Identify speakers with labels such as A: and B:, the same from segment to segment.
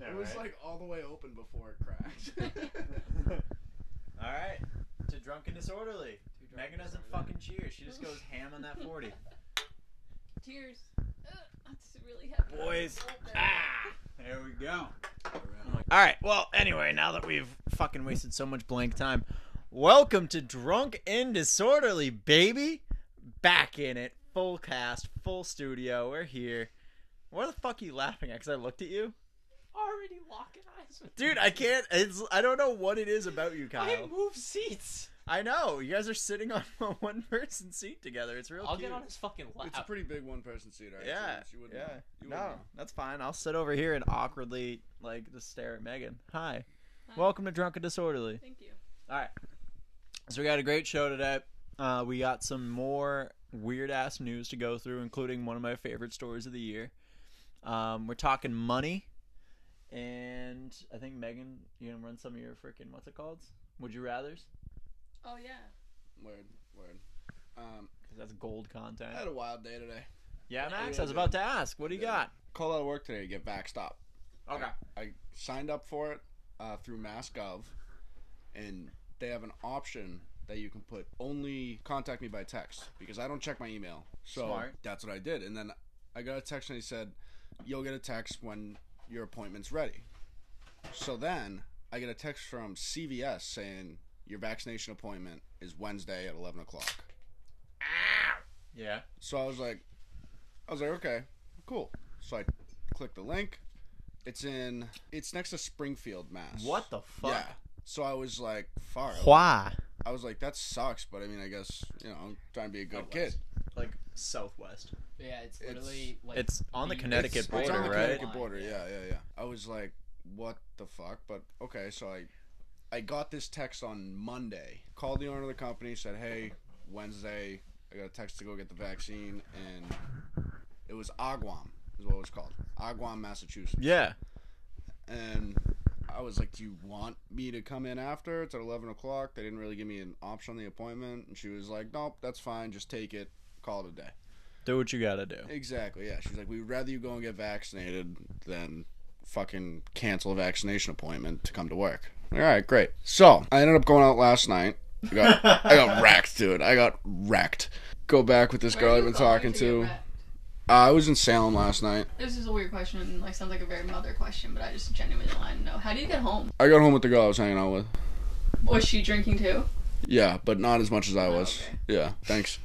A: Yeah,
B: it was
A: right.
B: like all the way open before it cracked.
A: All right, to drunk and disorderly. Megan doesn't fucking cheer. She just goes ham on that forty.
C: Tears. Ugh, that's really heavy.
A: Boys. Ah, there we go.
B: Around like
A: All right. Well, anyway, now that we've fucking wasted so much blank time, welcome to Drunk and Disorderly, baby. Back in it, full cast, full studio. We're here. What the fuck are you laughing at? Because I looked at you,
D: already locking eyes with
A: dude. I can't. It's I don't know what it is about you, Kyle.
D: I move seats.
A: I know you guys are sitting on a one person seat together. It's real
D: I'll
A: cute.
D: get on his fucking lap.
B: it's a pretty
A: uh,
B: big one person seat, right?
A: Yeah,
B: you wouldn't
A: yeah.
B: know. You
A: no,
B: wouldn't know.
A: that's fine. I'll sit over here and awkwardly like just stare at Megan. Hi. Welcome to Drunk and Disorderly.
C: Thank you.
A: All right. So we got a great show today. Uh, we got some more weird ass news to go through, including one of my favorite stories of the year. Um, we're talking money, and I think Megan, you gonna run some of your freaking what's it called? Would you rather's?
C: Oh yeah.
B: Word, word. Um,
A: 'Cause that's gold
B: I had
A: content.
B: a wild day today.
A: Yeah, Max. I was
B: Yeah,
A: about to ask. What do you
B: Yeah.
A: got?
B: Called out of work today to get vaxxed up. I signed up for it uh, through MassGov, and they have an option that you can put only contact me by text because I don't check my email. So
A: Smart.
B: that's what I did. And then I got a text and he said, You'll get a text when your appointment's ready. So then I get a text from CVS saying, Your vaccination appointment is Wednesday at 11 o'clock.
A: Yeah.
B: So I was like, I was like, okay, cool. So I clicked the link. It's in. It's next to Springfield, Mass.
A: What the fuck?
B: Yeah. So I was like, far.
A: Why?
B: I was like, that sucks, but I mean, I guess you know, I'm trying to be a good kid.
D: Southwest.
A: Like Southwest.
D: Yeah, it's
B: It's-
D: literally like
A: it's on the Connecticut
B: it's, it's
A: border,
B: on the
A: right?
B: Connecticut border. Yeah, yeah, yeah. I was like, what the fuck? But okay, so I, I got this text on Monday. Called the owner of the company. Said, hey, Wednesday, I got a text to go get the vaccine, and it was Agawam, is what it was called, Agawam, Massachusetts.
A: Yeah.
B: and I was like, "Do you want me to come in after? It's at eleven o'clock." They didn't really give me an option on the appointment, and she was like, "Nope, that's fine. Just take it. Call it a day."
A: Do what you gotta do.
B: Exactly. Yeah. She's like, "We'd rather you go and get vaccinated than fucking cancel a vaccination appointment to come to work." All right, great. So I ended up going out last night. I got, I got wrecked, dude. I got wrecked. Go back with this
C: Where
B: girl
C: are
B: I've
C: you
B: been
C: going
B: talking
C: get
B: to.
C: wrecked?
B: Uh, I was in Salem last night.
C: This is a weird question. Like sounds like a very mother question, but I just genuinely want to know. How do you get home?
B: I got home with the girl I was hanging out with.
C: Was she drinking too?
B: Yeah, but not as much as I was.
C: okay.
B: Yeah, thanks.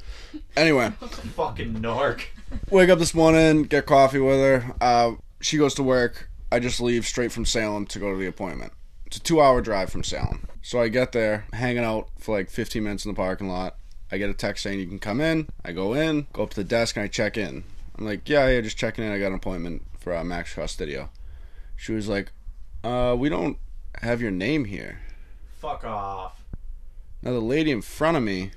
B: anyway,
A: Fucking narc.
B: wake up this morning, get coffee with her. Uh, she goes to work. I just leave straight from Salem to go to the appointment. It's a two hour drive from Salem. So I get there, hanging out for like 15 minutes in the parking lot. I get a text saying you can come in. I go in, go up to the desk, and I check in. I'm like, yeah, yeah, just checking in. I got an appointment for uh, Max Studio. She was like, uh, we don't have your name here.
A: Fuck off.
B: Now the lady in front of me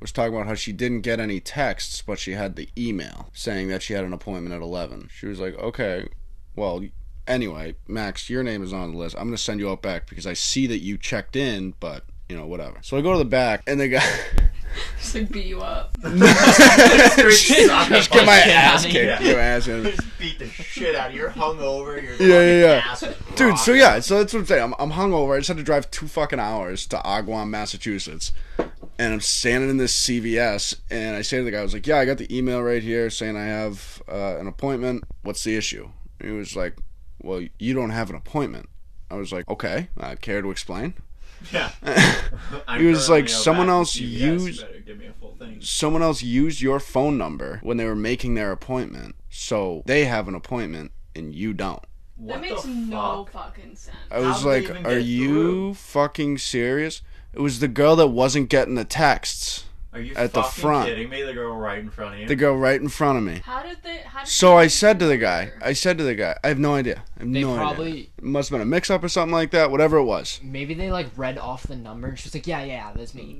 B: was talking about how she didn't get any texts, but she had the email saying that she had an appointment at eleven. She was like, "Okay, well, anyway, Max, your name is on the list. I'm gonna send you out back because I see that you checked in, but you know, whatever." So I go to the back, and the guy
C: Just like beat you up.
B: just get my ass
D: Yeah.
B: kicked. Get my ass kicked.
A: Just beat the shit out of you. You're hungover. You're
B: Yeah, yeah, yeah. Dude, so
A: so
B: yeah, so that's what I'm saying. I'm, I'm hungover. I just had to drive two fucking hours to Agawam, Massachusetts. And I'm standing in this CVS, and I say to the guy, I was like, Yeah, I got the email right here saying I have uh, an appointment. What's the issue? And he was like, Well, you don't have an appointment. I was like, Okay, uh, care to explain?
A: yeah.
B: He was like, someone else used-
A: Give me a full thing.
B: Someone else used your phone number when they were making their appointment, so they have an appointment and you don't.
A: What
C: that makes
A: the
C: no
A: fuck?
C: fucking sense.
B: I
A: How
B: was
A: did they
B: like,
A: even
B: "Are
A: get
B: you
A: through?"
B: fucking serious?" It was the girl that wasn't getting the texts.
A: Are you
B: At the
A: fucking
B: front.
A: kidding me? The girl right in front of you.
B: The girl right in front of me.
C: How did they? How did
B: So
C: they
B: I
C: get
B: said to the
C: your
B: guy,
C: number?
B: I said to the guy, I have no idea. I have
D: They
B: no
D: probably
B: idea. It must have been a mix up or something like that, whatever it was.
D: maybe they like read off the number and she was like, Yeah, yeah, that's
C: Mm.
D: me.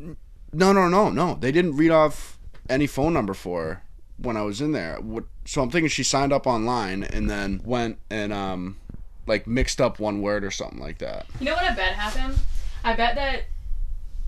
B: No, no, no, no. They didn't read off any phone number for her when I was in there. What, so I'm thinking she signed up online and then went and, um, like mixed up one word or something like that.
C: You know what I bet happened? I bet that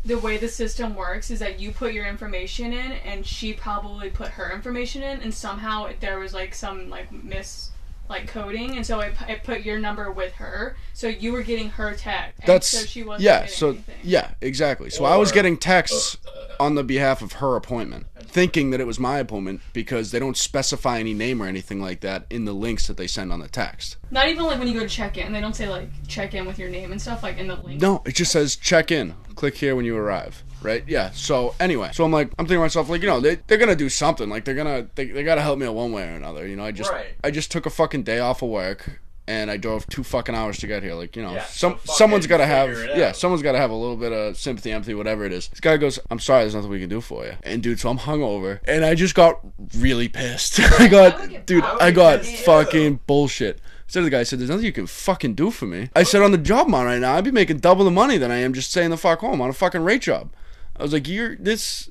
C: the way the system works is that you put your information in and she probably put her information in and somehow there was like some like mis like coding, and so I, pu- I put your number with her, so you were getting her text. and
B: That's
C: so she wasn't
B: yeah.
C: getting
B: So
C: anything.
B: yeah, exactly. So I was
A: Or-
B: getting texts on the behalf of her appointment, thinking that it was my appointment because they don't specify any name or anything like that in the links that they send on the text.
C: Not even like when you go to check in, they don't say like check in with your name and stuff like in the link.
B: No, it just says check in. Click here when you arrive. Right? Yeah. So anyway, so I'm like, I'm thinking to myself, like, you know, they they're gonna do something. Like they're gonna they, they gotta help me out one way or another. You know, I just
A: Right.
B: I just took a fucking day off of work and I drove two fucking hours to get here. Like, you know,
A: Yeah, so
B: some
A: fucking
B: someone's gotta have
A: figure it
B: yeah,
A: out.
B: someone's gotta have a little bit of sympathy, empathy, whatever it is. This guy goes, I'm sorry, there's nothing we can do for you. And dude, so I'm hungover and I just got really pissed. I got
C: I would get
B: dude,
C: pissed.
B: I got
A: Yeah.
B: fucking bullshit. So the guy said, "There's nothing you can fucking do for me." I said, "On the job I'm on right now, I'd be making double the money than I am just staying the fuck home on a fucking rate job." I was like, "You're this."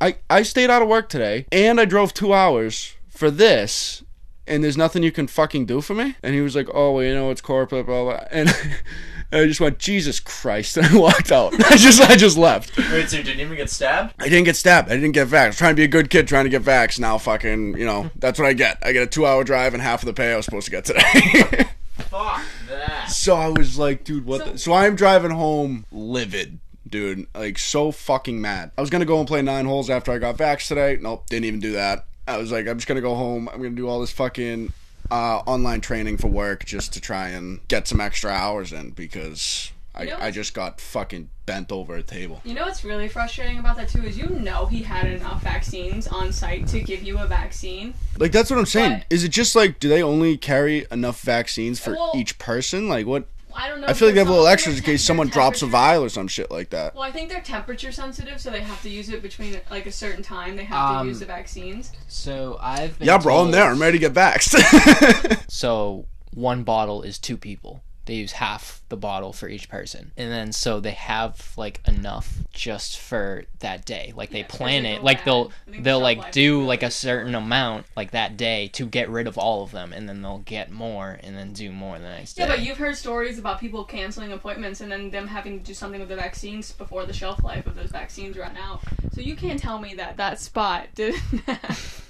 B: I I stayed out of work today, and I drove two hours for this, and there's nothing you can fucking do for me. And he was like, "Oh, well, you know, it's corporate, blah blah." blah." And I just went, "Jesus Christ!" And I walked out. I just I just left.
A: Wait, so you didn't even get stabbed?
B: I didn't get stabbed. I didn't get vaxxed. I was trying to be a good kid, trying to get vaxxed. Now, fucking, you know, that's what I get. I get a two hour drive and half of the pay I was supposed to get today.
A: Fuck that.
B: so I was like, dude, what?
C: So-
B: the? so I'm driving home livid, dude. Like, so fucking mad. I was going to go and play nine holes after I got vaxxed today. Nope, didn't even do that. I was like, I'm just going to go home. I'm going to do all this fucking uh, online training for work just to try and get some extra hours in because I,
C: You know-
B: I just got fucking bent over a table.
C: You know what's really frustrating about that too is you know he had enough vaccines on site to give you a vaccine.
B: Like that's what I'm saying.
C: But-
B: Is it just like do they only carry enough vaccines for
C: Well-
B: each person? Like what?
C: I don't know.
B: I feel like they have
C: because
B: little
C: some-
B: extras in
C: their
B: case someone
C: temperature-
B: drops a vial or some shit like that.
C: Well, I think they're temperature sensitive, so they have to use it between like a certain time. They have
E: Um,
C: to use the vaccines.
E: So I've been
B: Yeah, bro, I'm
E: told-
B: there. I'm ready to get vaxxed.
E: So one bottle is two people. They use half the bottle for each person. And then so they have like enough just for that day. Like they
C: Yeah, so
E: plan
C: they
E: it.
C: go
E: Like
C: back.
E: they'll
C: I think
E: they'll
C: shelf
E: like
C: life
E: do
C: is
E: like a
C: really-
E: certain amount like that day to get rid of all of them and then they'll get more and then do more the next day.
C: Yeah, but you've heard stories about people canceling appointments and then them having to do something with the vaccines before the shelf life of those vaccines run out. So you can't tell me that that spot didn't have,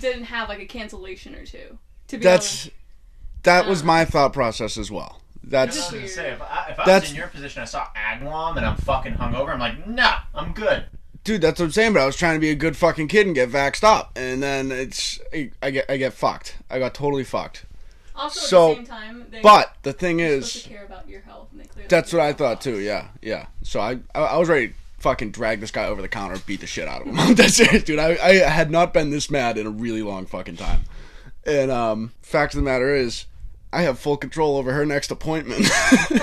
C: didn't have like a cancellation or two. To be
B: That's that was
C: Uh.
B: my thought process as well.
A: That's
B: That's
A: what I was gonna say. If I, if I
B: That's-
A: was in your position, I saw Agwam and I'm fucking hungover. I'm like, nah, I'm good.
B: dude. That's what I'm saying. But I was trying to be a good fucking kid and get vaxxed up, and then it's I, I get I get fucked. I got totally fucked.
C: honest. also
B: so-
C: at the same time, they
B: But the thing
C: they're supposed
B: is,
C: to care about your health. And they clearly
B: that's
C: do
B: what I
C: not.
B: thought too. Yeah, yeah. So I I, I was ready. to Fucking drag this guy over the counter, beat the shit out of him. That's it, dude. I, I had not been this mad in a really long fucking time. And um, fact of the matter is, I have full control over her next appointment.
C: Do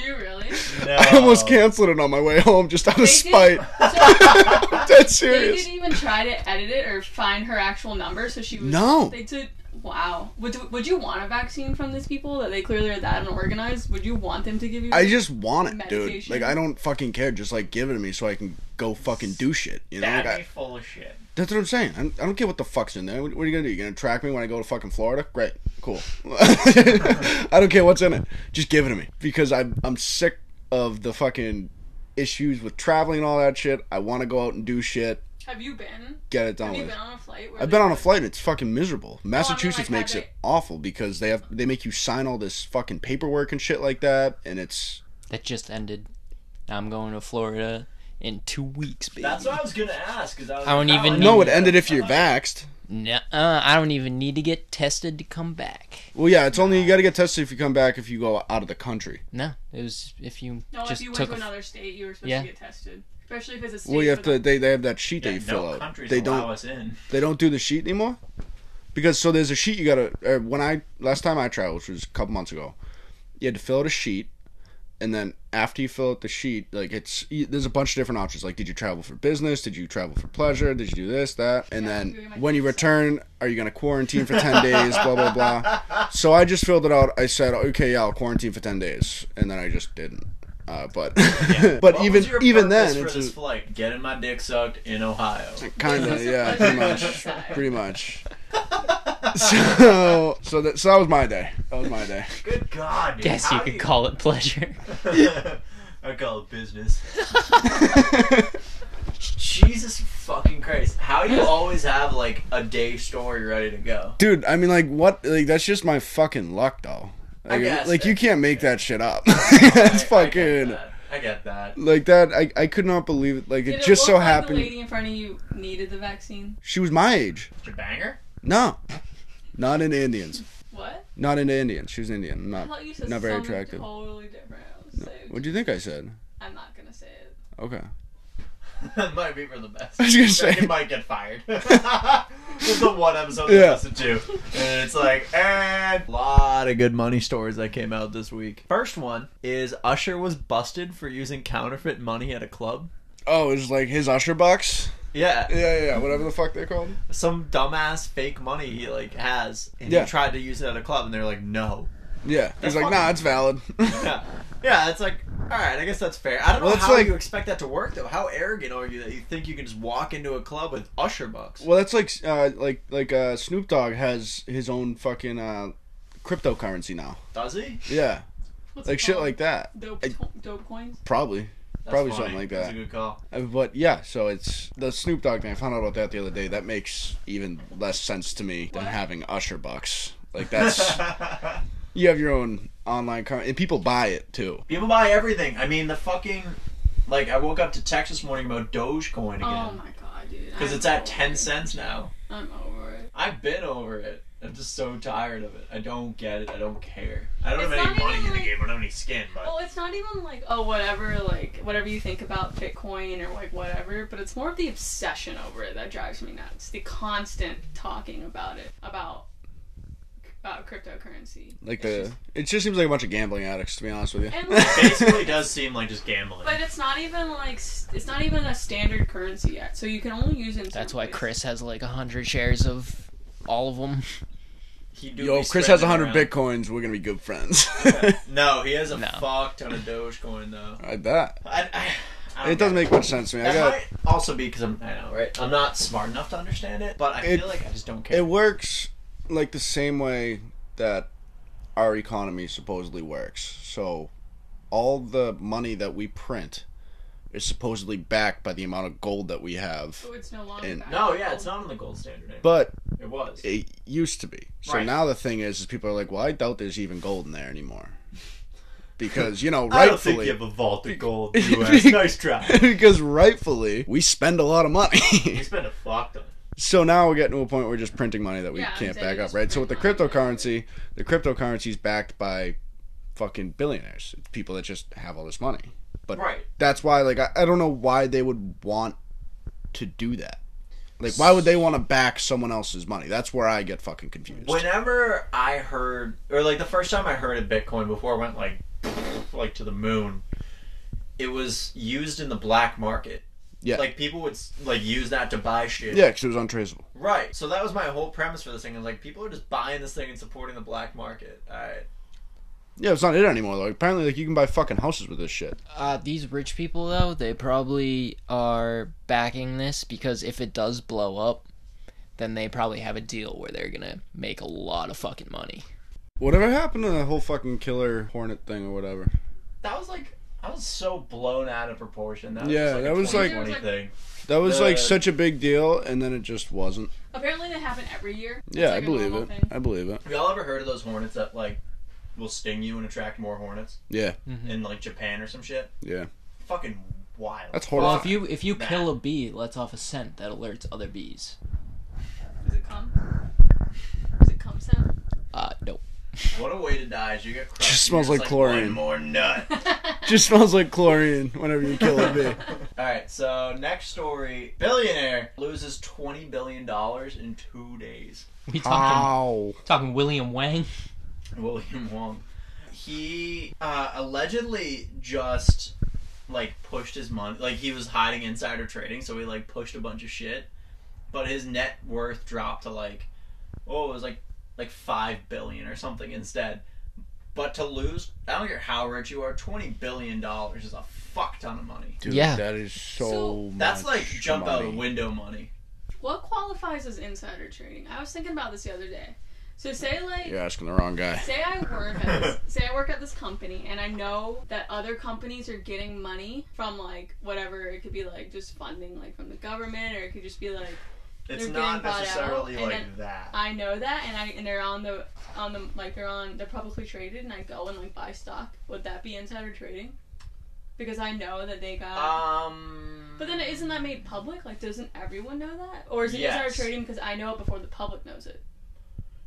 C: you really?
A: No.
B: I almost canceled it on my way home just out of
C: They
B: spite.
C: did- so
B: That's
C: they
B: serious.
C: didn't even try to edit it or find her actual number, so she was.
B: No.
C: They did. Wow. Would would you want a vaccine from these people that they clearly are that unorganized? Would you want them to give you?
B: I just want it, dude.
C: Medication.
B: Like I don't fucking care. Just like give it to me so I can go fucking do shit. You know,
A: That'd
B: Like, I-
A: be full of shit.
B: that's what I'm saying. I don't, I don't care what the fuck's in there. What, what are you gonna do? You gonna track me when I go to fucking Florida? Great, cool. I don't care what's in it. Just give it to me because I'm I'm sick of the fucking issues with traveling and all that shit. I want to go out and do shit.
C: Have you been?
B: Get it done
C: Have you
B: with.
C: been on a flight? where
B: I've
C: they
B: been on a
C: were-
B: flight and it's fucking miserable. Massachusetts
C: like,
B: makes
C: have
B: it
C: they-
B: awful because they have they make you sign all this fucking paperwork and shit like that, and it's
E: that just ended. I'm going to Florida in two weeks, baby.
A: That's what I was gonna ask. Cause I, was
E: I don't
A: like,
E: even
A: how
E: need-
B: no,
A: know
B: it ended if you're
A: I-
B: vaxxed.
E: Nuh-uh, I don't even need to get tested to come back.
B: Well, yeah, it's only you got to get tested if you come back if you go out of the country.
E: No, it was if you
C: No,
E: just
C: if you went
E: took
C: to
E: a f-
C: another state, you were supposed
E: Yeah.
C: to get tested, especially if it's a state.
B: Well, you have to
C: with
B: they they have that sheet
A: Yeah,
B: that you
A: no
B: fill out.
A: countries
B: They
A: allow
B: don't
A: us in.
B: they don't do the sheet anymore because so there's a sheet you gotta uh, when i last time i traveled which was a couple months ago you had to fill out a sheet and then after you fill out the sheet like it's you, there's a bunch of different options like did you travel for business did you travel for pleasure did you do this that and then when you return are you gonna quarantine for 10 days blah blah blah so i just filled it out i said okay yeah i'll quarantine for 10 days and then i just didn't uh, but but
A: What
B: even
A: was your
B: even
A: purpose
B: then
A: for
B: it's
A: this
B: just
A: flight, getting my dick sucked in Ohio.
B: kind of yeah
C: pleasure
B: pretty much
C: side.
B: pretty much. so, so that so that was my day. That was my day.
A: Good God, dude.
E: guess
A: how
E: you
A: do
E: could call it pleasure.
A: I call it business. Jesus fucking Christ! How do you always have like a day story ready to go?
B: Dude, I mean, like, what? Like, that's just my fucking luck, though.
A: I
B: Like,
A: guess
B: like you
A: that's
B: can't make that shit up. That's
A: I- I get
B: fucking.
A: that. I get that.
B: Like that, I, I could not believe it. Like
C: Did
B: it just
C: look
B: so
C: like
B: happened
C: The lady in front of you needed the vaccine.
B: she was my age.
F: Mr. Banger?
B: No, not into Indians.
C: What?
B: Not into Indians. She was Indian. I'm
C: I
B: not
C: thought you said
B: not very
C: something
B: attractive.
C: Totally different. I was like,
B: What do you think I said?
C: I'm not gonna say it.
B: Okay.
F: might be for the best.
B: I was gonna
F: Like,
B: say-
F: You might get fired. It's the one episode yeah.
B: Yeah.
F: you listen to. And it's like, and.
A: eh. A lot of good money stories that came out this week. First one is Usher was busted for using counterfeit money at a club.
B: Oh, it was like his usher box.
A: Yeah,
B: Yeah, yeah, yeah, whatever the fuck they're called.
A: some dumbass fake money he like has, and
B: Yeah.
A: he tried to use it at a club, and they're like, no.
B: Yeah, he's
A: That's
B: like,
A: fucking-
B: nah, it's valid.
A: Yeah, yeah, it's like, all right, I guess that's fair. I don't
B: Well,
A: know
B: it's
A: how
B: like-
A: you expect that to work though. How arrogant are you that you think you can just walk into a club with Usher bucks?
B: well, that's like, uh, like, like uh, Snoop Dogg has his own fucking uh, cryptocurrency now.
A: Does he?
B: Yeah,
C: What's
B: like
C: it
B: shit
C: called?
B: like that.
C: dope,
B: I-
C: to- dope coins.
B: Probably,
F: That's
B: probably
F: funny.
B: something like
F: That's
B: that.
F: a good call.
B: Uh, But yeah, so it's the Snoop Dogg thing. I found out about that the other day. That makes even less sense to me than
C: What?
B: having Usher bucks. Like that's you have your own online car and people buy it too.
A: People buy everything. I mean, the fucking like I woke up to text this morning about Dogecoin
C: Oh
A: again
C: my god, dude.
A: because
C: I'm
A: it's at
C: over
A: ten
C: it.
A: cents now.
C: I'm over it.
A: I've been over it. I'm just so tired of it. I don't get it. I don't care. I don't
C: It's
A: have any
C: not
A: money
C: even
A: in the
C: like-
A: game. I don't have any skin. But
C: Well, it's not even like oh whatever like whatever you think about Bitcoin or like whatever, but it's more of the obsession over it that drives me nuts. The constant talking about it about about cryptocurrency.
B: Like
C: It's
B: the it just seems like a bunch of gambling addicts to be honest with you.
C: just- and like,
F: Basically, does seem like just gambling.
C: but it's not even like s- it's not even a standard currency yet, so you can only use it. in
E: That's
C: certain
E: why
C: places.
E: Chris has like a hundred shares of all of them.
A: he do
B: Yo,
A: be
B: if Chris has
A: spreading it
B: hundred
A: around.
B: bitcoins. We're gonna be good friends.
A: No, he has a
E: No.
A: fuck ton of Dogecoin though.
B: I bet
A: I, I, I don't
B: it doesn't
A: get
B: make much sense to me. I
A: That
B: got
A: might also be because I'm I know right. I'm not smart enough to understand it, but I
B: It-
A: feel like I just don't care.
B: it works like the same way that our economy supposedly works. So all the money that we print is supposedly backed by the amount of gold that we have.
C: So it's no longer.
B: And-
C: that.
A: no, yeah, it's not on the gold standard. anymore.
B: But
A: it was.
B: it used to be. So
A: Right.
B: now the thing is, is people are like, well, I doubt there's even gold in there anymore, because you know,
F: I don't think
B: rightfully,
F: you have a vault of gold in the US. nice try.
B: because rightfully we spend a lot of
F: You
B: money.
F: spend a fuck ton.
B: so now we're getting to a point where we're just printing money that we
C: Yeah,
B: can't
C: instead
B: back
C: of
B: up,
C: just
B: right? So with the
C: printing money.
B: cryptocurrency, the cryptocurrency is backed by fucking billionaires, It's people that just have all this money. But
A: Right.
B: that's why, like, I, I don't know why they would want to do that. Like, why would they want to back someone else's money? That's where I get fucking confused.
A: Whenever I heard, or like the first time I heard of Bitcoin before it went like, like to the moon, it was used in the black market.
B: Yeah.
A: Like people would like use that to buy shit.
B: Yeah, because it was untraceable.
A: Right. So that was my whole premise for this thing. I was like, people are just buying this thing and supporting the black market. All right.
B: Yeah, it's not it anymore though. Apparently, like you can buy fucking houses with this shit.
E: Uh, these rich people though, they probably are backing this because if it does blow up, then they probably have a deal where they're gonna make a lot of fucking money.
B: Whatever happened to the whole fucking killer hornet thing or whatever?
A: That was like, I was so blown out of proportion. That
B: Yeah, that was,
A: was just, like
B: like-
A: a 2020
C: It was, like-
A: thing.
B: That was like
A: The-
B: such a big deal, and then it just wasn't.
C: Apparently, they happen every year. It's
B: Yeah,
C: like
B: I
C: a
B: believe
C: normal
B: it.
C: thing.
B: I believe it.
A: Have y'all ever heard of those hornets that like will sting you and attract more hornets
B: Yeah,
A: in like Japan or some shit?
B: yeah.
A: Fucking wild.
B: That's
E: Well,
B: horrifying.
E: if you if you
A: Nah.
E: kill a bee, it lets off a scent that alerts other bees.
C: Does it come? Does it come sound?
E: Uh, no.
A: What a way to die! Is you get crushed.
B: Just
A: You're
B: smells like chlorine.
A: One more nut.
B: just smells like chlorine whenever you kill a bee.
A: All right. So next story: billionaire loses twenty billion dollars in two days.
E: We talking
B: Ow.
E: talking William Wang.
A: William Wong. He uh, allegedly just like pushed his money. Like he was hiding insider trading, so he like pushed a bunch of shit. But his net worth dropped to like oh, it was like like five billion or something instead. But to lose, I don't care how rich you are, twenty billion dollars is a fuck ton of money.
B: Dude,
E: Yeah.
B: that is so.
C: So,
A: That's
B: much
A: like jump out
B: money.
A: of window money.
C: What qualifies as insider trading? I was thinking about this the other day. So say like
B: You're asking the wrong guy.
C: Say I work at this, say I work at this company and I know that other companies are getting money from like whatever it could be like just funding like from the government or it could just be like
A: It's
C: They're
A: not
C: getting bought out,
A: necessarily
C: and
A: like
C: then-
A: that.
C: I know that and I and they're on the on the like they're on they're publicly traded and I go and like buy stock would that be insider trading because I know that they got
A: Um.
C: but then isn't that made public like doesn't everyone know that or is it
A: Yes.
C: insider trading because I know it before the public knows it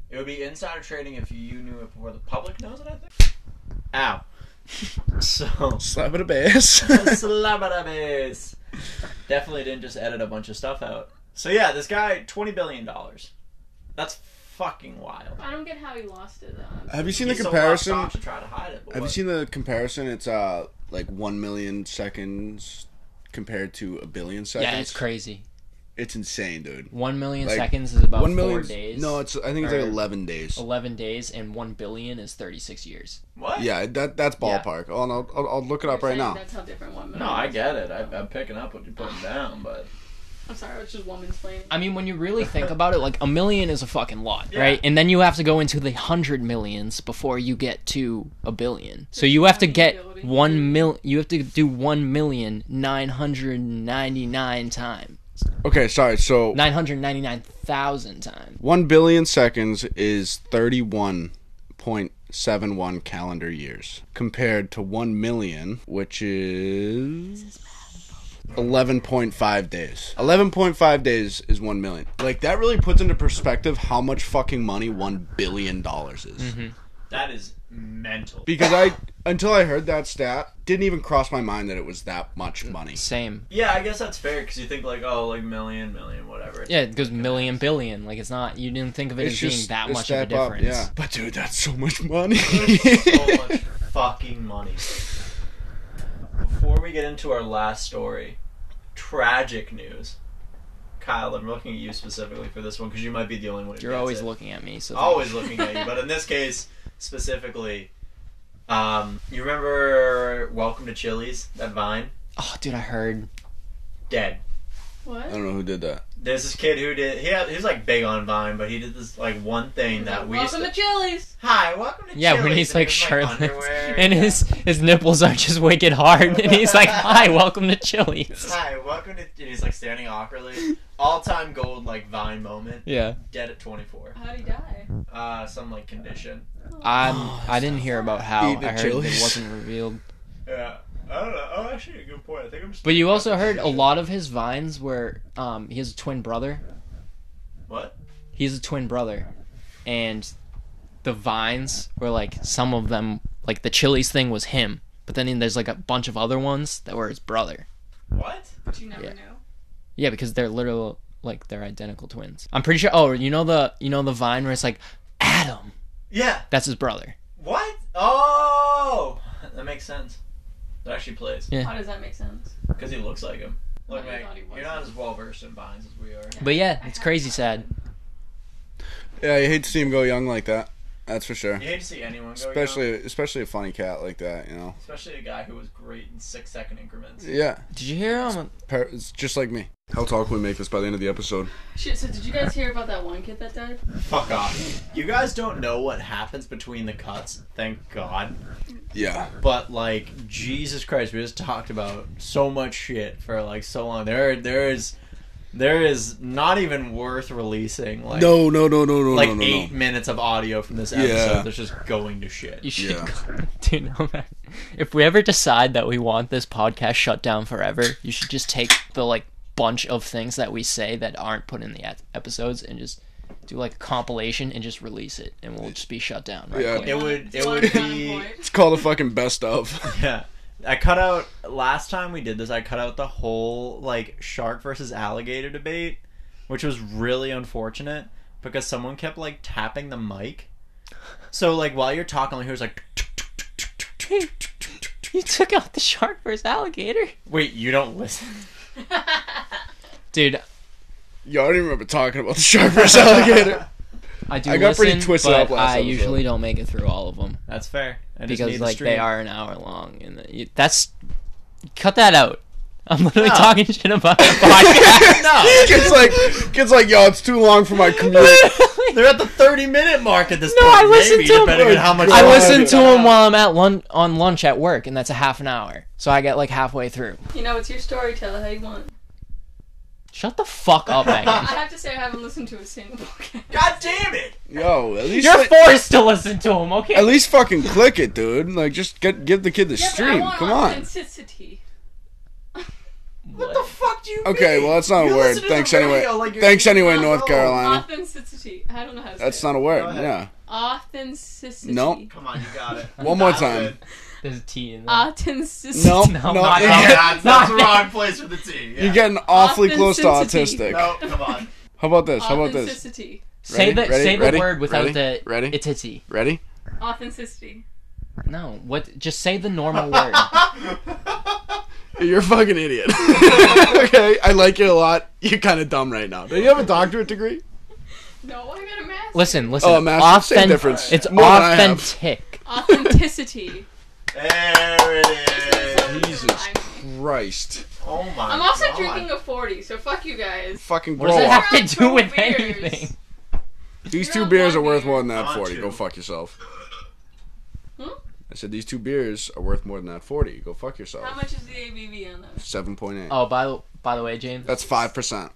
A: It would be insider trading if you knew it before the public knows it. I think. Ow. so.
B: Slap it a bass.
A: Slabadabas. Definitely didn't just edit a bunch of stuff out. So yeah, this guy, twenty billion dollars. That's fucking wild.
C: I don't get how he lost it though
B: Have you seen the
A: He sold
B: comparison?
A: laptops to try to hide it. but
B: Have you
A: what-
B: seen the comparison? It's uh like one million seconds compared to a billion seconds.
E: Yeah, it's crazy.
B: It's insane, dude.
E: One million
B: Like,
E: seconds is about
B: one million
E: four days.
B: No, it's I think it's
E: Or-
B: like eleven days.
E: eleven days, and one billion is thirty-six years.
A: What?
B: Yeah, that that's
E: Yeah.
B: ballpark. Oh no, I'll, I'll look it up right now.
C: that's how different one
A: No, I get it. I, I'm picking up what you're putting down, but
C: I'm sorry it's just woman's flame
E: I mean, when you really think about it, like a million is a fucking lot,
A: Yeah.
E: right? And then you have to go into the hundred millions before you get to a billion. So you have to get
C: Ability.
E: one mil. You have to do one million nine hundred ninety-nine times,
B: Okay, sorry. So
E: nine hundred ninety-nine thousand times.
B: one billion seconds is thirty-one point seven one calendar years compared to one million, which is. 11.5 days. 11.5 days is 1 million. Like, that really puts into perspective how much fucking money $1 billion dollars is.
E: Mm-hmm.
A: that is mental.
B: because I until I heard that stat didn't even cross my mind that it was that much money.
E: Same.
A: Yeah, I guess that's fair because you think like, oh, like million, million, whatever.
E: Yeah, it goes million billion. Like it's not. You didn't think of it
B: It's
E: as
B: just
E: being that
B: a
E: much of a
B: step up,
E: difference.
B: yeah. But dude, that's so much money.
A: so much fucking money. Before we get into our last story, tragic news. Kyle, I'm looking at you specifically for this one because you might be the only one. Who
E: You're
A: gets
E: always
A: it.
E: looking at me. So
A: Always looking at you, but in this case specifically, um, you remember "Welcome to Chili's" that Vine
E: Oh, dude, I heard.
A: dead.
B: I
C: what
B: don't know who did that.
A: There's this kid who did. He had, he was like big on Vine, but he did this like one thing that we used
C: welcome
A: to.
C: to Chili's
A: Hi, welcome to
E: Yeah,
A: Chili's.
E: when he's
A: and
E: like
A: he was,
E: shirtless,
A: underwear,
E: and
A: yeah.
E: his his nipples are just wicked hard, and he's like, "Hi, welcome to Chili's."
A: Hi, welcome to. And he's like standing awkwardly. All time gold like Vine moment.
E: Yeah,
A: Dead at 24.
C: How'd he die?
A: Uh, some like condition.
E: I'm. I didn't hear about how.
B: Eat the
E: I heard
B: Chili's.
E: it wasn't revealed.
A: Yeah. I don't know. Oh, actually, a good point. I think I'm just.
E: But you also heard a lot of his vines were. Um, he has a twin brother.
A: What?
E: He's a twin brother, and the vines were like some of them. Like the Chili's thing was him, but then there's like a bunch of other ones that were his brother.
A: What?
C: But you never
E: Yeah.
C: know.
E: Yeah, because they're literal, like they're identical twins. I'm pretty sure. Oh, you know the you know the vine where it's like Adam.
A: Yeah.
E: That's his brother.
A: What? Oh! That makes sense. That actually plays.
E: Yeah.
C: How does that make sense?
A: Because he looks like him. Look,
C: No, I
A: Mac,
C: thought he
A: you're
C: wasn't.
A: not as well versed in Vines as we are.
E: But yeah,
C: I
E: it's
C: have
E: crazy
C: that.
E: sad.
B: Yeah, you hate to see him go young like that. That's for sure.
A: You hate to see anyone go young,
B: Especially especially a funny cat like that, you know.
A: especially a guy who was great in six second increments.
B: Yeah,
E: Did you hear um, him?
B: per- it's just like me. How tall can we make this by the end of the episode?
C: Shit, so did you guys hear about that one kid that died?
A: Fuck off. You guys don't know what happens between the cuts. Thank God.
B: Yeah,
A: But like Jesus Christ, we just talked about so much shit for like so long. There, there is, there is not even worth releasing like
B: no, no, no, no, no,
A: like
B: no, no,
A: eight
B: no.
A: minutes of audio from this episode
B: Yeah.
A: that's just going to shit.
E: You should
B: Yeah.
E: go- dude. no, man. If we ever decide that we want this podcast shut down forever, you should just take the like bunch of things that we say that aren't put in the ep- episodes and just do like a compilation and just release it, and we'll just be shut down. Right?
B: Yeah.
E: away.
A: It would, it
C: One
A: would be.
C: unemployed.
B: It's called a fucking best of.
A: Yeah. I cut out last time we did this. I cut out the whole like shark versus alligator debate, which was really unfortunate because someone kept like tapping the mic. So like while you're talking, all you hear is like.
E: You took out the shark versus alligator,
A: Wait, you don't listen?
E: dude.
B: Yo, I don't even remember talking about the shark versus alligator.
E: I do.
B: I got pretty
E: listen,
B: twisted
E: but
B: up last
E: I
B: episode.
E: usually don't make it through all of them
A: That's fair. I just need
E: because
A: the
E: like they
A: stream.
E: are an hour long, and the, you, that's cut that out. I'm literally
A: No.
E: talking shit about the podcast.
A: No,
B: Kids like, kids like, yo, it's too long for my commute.
E: Really?
A: They're at the 30 minute mark at this
E: No,
A: point.
E: I listened
A: maybe,
E: to 'em.
A: depending on how much
E: I
A: time
E: listen
A: you
E: to
A: got.
E: them while I'm at lun- on lunch at work, and that's a half an hour. So I get like halfway through.
C: You know, it's your story, tell it how you want.
E: Shut the fuck up,
C: I
E: Megan.
C: have to say, I haven't listened to a single podcast.
A: God damn it!
B: Yo, at least
E: You're
B: like-
E: forced to listen to them, okay?
B: at least fucking click it, dude. Like just get give the kid the
C: Yeah, but I
B: stream.
C: want
B: Come on.
C: Authenticity.
A: What the fuck do you
B: Okay,
A: mean?
B: well that's not
A: You
B: a word.
A: listen to the
B: Thanks
A: radio
B: anyway.
A: like you're
B: Thanks anyway,
A: 18 years
B: North
A: old.
B: Carolina.
C: Authenticity. I don't know how to say
B: That's
C: it.
B: not a
A: Go
B: word.
A: ahead.
B: Yeah.
C: Authenticity.
B: Nope.
A: Come on, you got it.
B: One more
A: That's
B: time.
A: it.
E: There's a T
A: uh,
E: in there.
C: Authenticity.
B: No,
E: No,
B: no,
E: not
B: you're,
E: that.
B: get-
A: Yeah, that's, that's the wrong place for the T. Yeah.
B: you're getting awfully close to
C: Authenticity.
B: autistic.
A: No, come on.
B: How about this? How about this?
C: Authenticity.
E: say the
B: Ready? Ready?
E: say the
B: Ready?
E: word without
B: Ready?
E: the
B: Ready?
E: It's a T.
B: Ready?
C: Authenticity.
E: No, what? Just say the normal word.
B: You're a fucking idiot. okay, I like you a lot. You're kind of dumb right now. Do you have a doctorate degree?
C: No, I got a mask.
E: Listen, listen.
B: Oh, master's same
E: Authen-
B: difference.
E: It's
B: More than I have.
E: authentic.
C: Authenticity.
A: There it is.
B: Jesus. Christ.
A: Oh my
C: I'm also
A: God.
C: drinking a 40, so fuck you guys.
B: Fucking
E: What
B: grow
E: does it
B: up.
E: have to do with
C: Beers.
E: anything?
B: These
C: You're
B: two
C: on
B: beers are
C: one
B: worth
C: beer.
B: more than
A: I'm
B: that
A: on
B: 40.
A: two.
B: Go fuck yourself.
C: Hmm?
B: I said these two beers are worth more than that 40. Go fuck yourself.
C: How much is the ABV on those?
B: 7.8.
E: Oh, by the by the way, James,
B: That's 5%.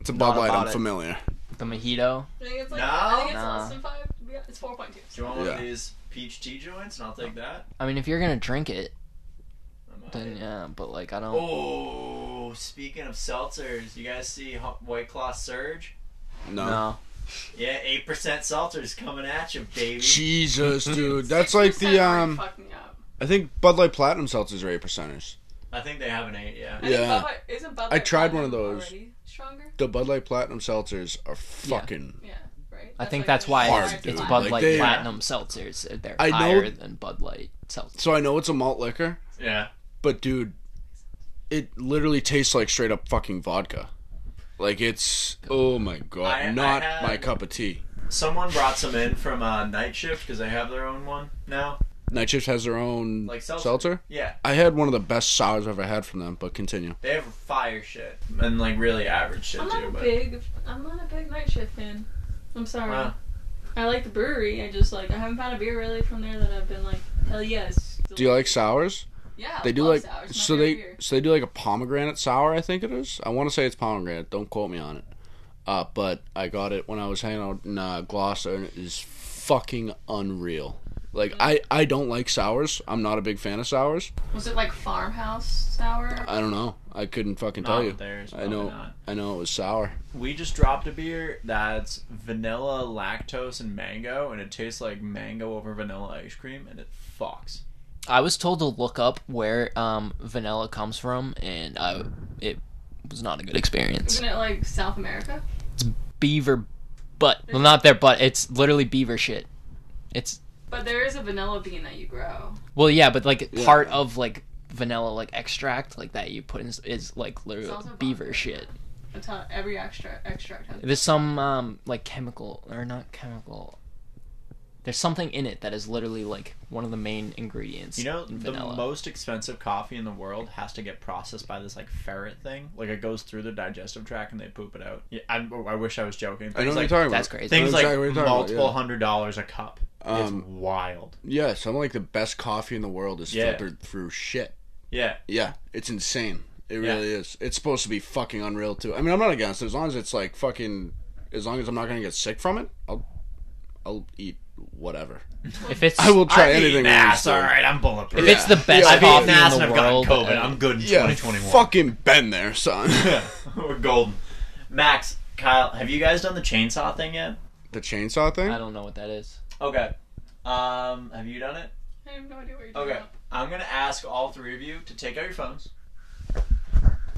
B: It's a Bud Light.
A: about
B: I'm
A: it.
B: familiar.
E: the mojito.
C: I think it's like,
A: No.
C: I think it's
E: Nah.
C: less than 5. to be honest. It's 4.2.
A: Do you want one
B: Yeah.
A: of these peach tea joints? And I'll take that.
E: I mean, if you're gonna drink it,
A: I might.
E: then yeah. But like, I don't.
A: Oh, speaking of seltzers, you guys see Ho- White Claw Surge?
B: No.
E: No.
A: Yeah, 8% seltzers coming at you, baby.
B: Jesus, dude. That's like
C: 6%
B: the,
C: already
B: um,
C: fucked me up.
B: I think Bud Light Platinum seltzers are 8%ers.
A: I think they have an 8, yeah.
C: I think
B: yeah.
C: Bud Light- isn't Bud
B: I
C: Light
B: tried one of
C: Platinum
B: those.
C: already Stronger?
B: The Bud Light Platinum seltzers are fucking.
C: Yeah, right?
E: I think
C: like
E: that's
C: the
E: why
B: hard,
E: it's,
C: Bud
B: dude.
E: it's
C: Light
E: Bud
B: Like,
E: Light
B: they-
E: Platinum seltzers. They're
B: I know-
E: higher than Bud Light seltzers.
B: So I know it's a malt liquor,
A: Yeah.
B: but dude, it literally tastes like straight up fucking vodka. Like it's oh my god,
A: I- I
B: not
A: had-
B: my cup of tea.
A: Someone brought some in from uh, Night Shift because they have their own one now.
B: Night Shift has their own
A: Like seltzer.
B: seltzer.
A: Yeah,
B: I had one of the best sours I've ever had from them, but continue.
A: they have fire shit and like really average shit
C: I'm not
A: too.
C: a
A: But
C: big. I'm not a big night shift fan. I'm sorry.
A: Wow.
C: I like the brewery. I just like I haven't found a beer really from there that I've been like hell yes.
B: Do you like sours?
C: Yeah,
B: They do like
C: love sours, my
B: so
C: favorite
B: they
C: beer.
B: so they do like a pomegranate sour, I think it is. I want to say it's pomegranate. Don't quote me on it. Uh, but I got it when I was hanging out in uh, Gloucester, and it is fucking unreal.
C: Mm.
B: Like I I don't like sours. I'm not a big fan of sours.
C: Was it like farmhouse sour?
B: I don't know. I couldn't fucking
A: not
B: tell
A: with
B: you.
A: theirs,
B: I
A: probably
B: know.
A: not.
B: I know it was sour.
A: We just dropped a beer that's vanilla, lactose, and mango, and it tastes like mango over vanilla ice cream, and it fucks.
E: I was told to look up where um, vanilla comes from, and I it was not a good experience.
C: Isn't it like South America?
E: Beaver butt. Well, not their butt. It's literally beaver shit. It's
C: But there is a vanilla bean that you grow.
E: well, yeah, but like part of like vanilla like extract like that you put in is like literally
C: also
E: beaver
C: vodka.
E: shit.
C: That's how every extra extract has.
E: There's some um like chemical or not chemical. There's something in it that is literally like one of the main ingredients.
A: You know,
E: in
A: the
E: vanilla.
A: most expensive coffee in the world has to get processed by this like ferret thing. Like it goes through the digestive tract and they poop it out. Yeah, I, I wish I was joking.
B: I know
A: Things
B: what
A: like,
B: you're talking
E: that's
B: about.
E: crazy.
A: things
B: I know exactly
A: like
B: what you're talking about,
A: multiple
B: yeah.
A: hundred dollars a cup. it's
B: Um,
A: wild.
B: Yeah, some of like the best coffee in the world is
A: Yeah.
B: filtered through shit.
A: Yeah,
B: Yeah, it's insane. It
A: Yeah.
B: really is. It's supposed to be fucking unreal too. I mean, I'm not against it as long as it's like fucking. As long as I'm not gonna get sick from it, I'll, I'll eat whatever.
E: if it's
B: I will try
A: I've
B: anything.
A: eaten
B: when I'm
A: ass.
B: sick.
A: All right, I'm bulletproof.
E: if
B: Yeah.
E: it's the best
B: Yeah,
A: I've
E: coffee
A: eaten
E: in
A: ass
E: the
A: and I've gotten
E: world,
A: COVID.
E: uh,
A: I'm good in
B: Yeah,
A: 2021.
B: fucking been there, son.
A: Yeah, we're golden. Max, Kyle, have you guys done the chainsaw thing yet?
B: the chainsaw thing.
E: I don't know what that is.
A: Okay. Um, have you done it?
C: I have no idea what you're talking
A: Okay.
C: about.
A: I'm gonna ask all three of you to take out your phones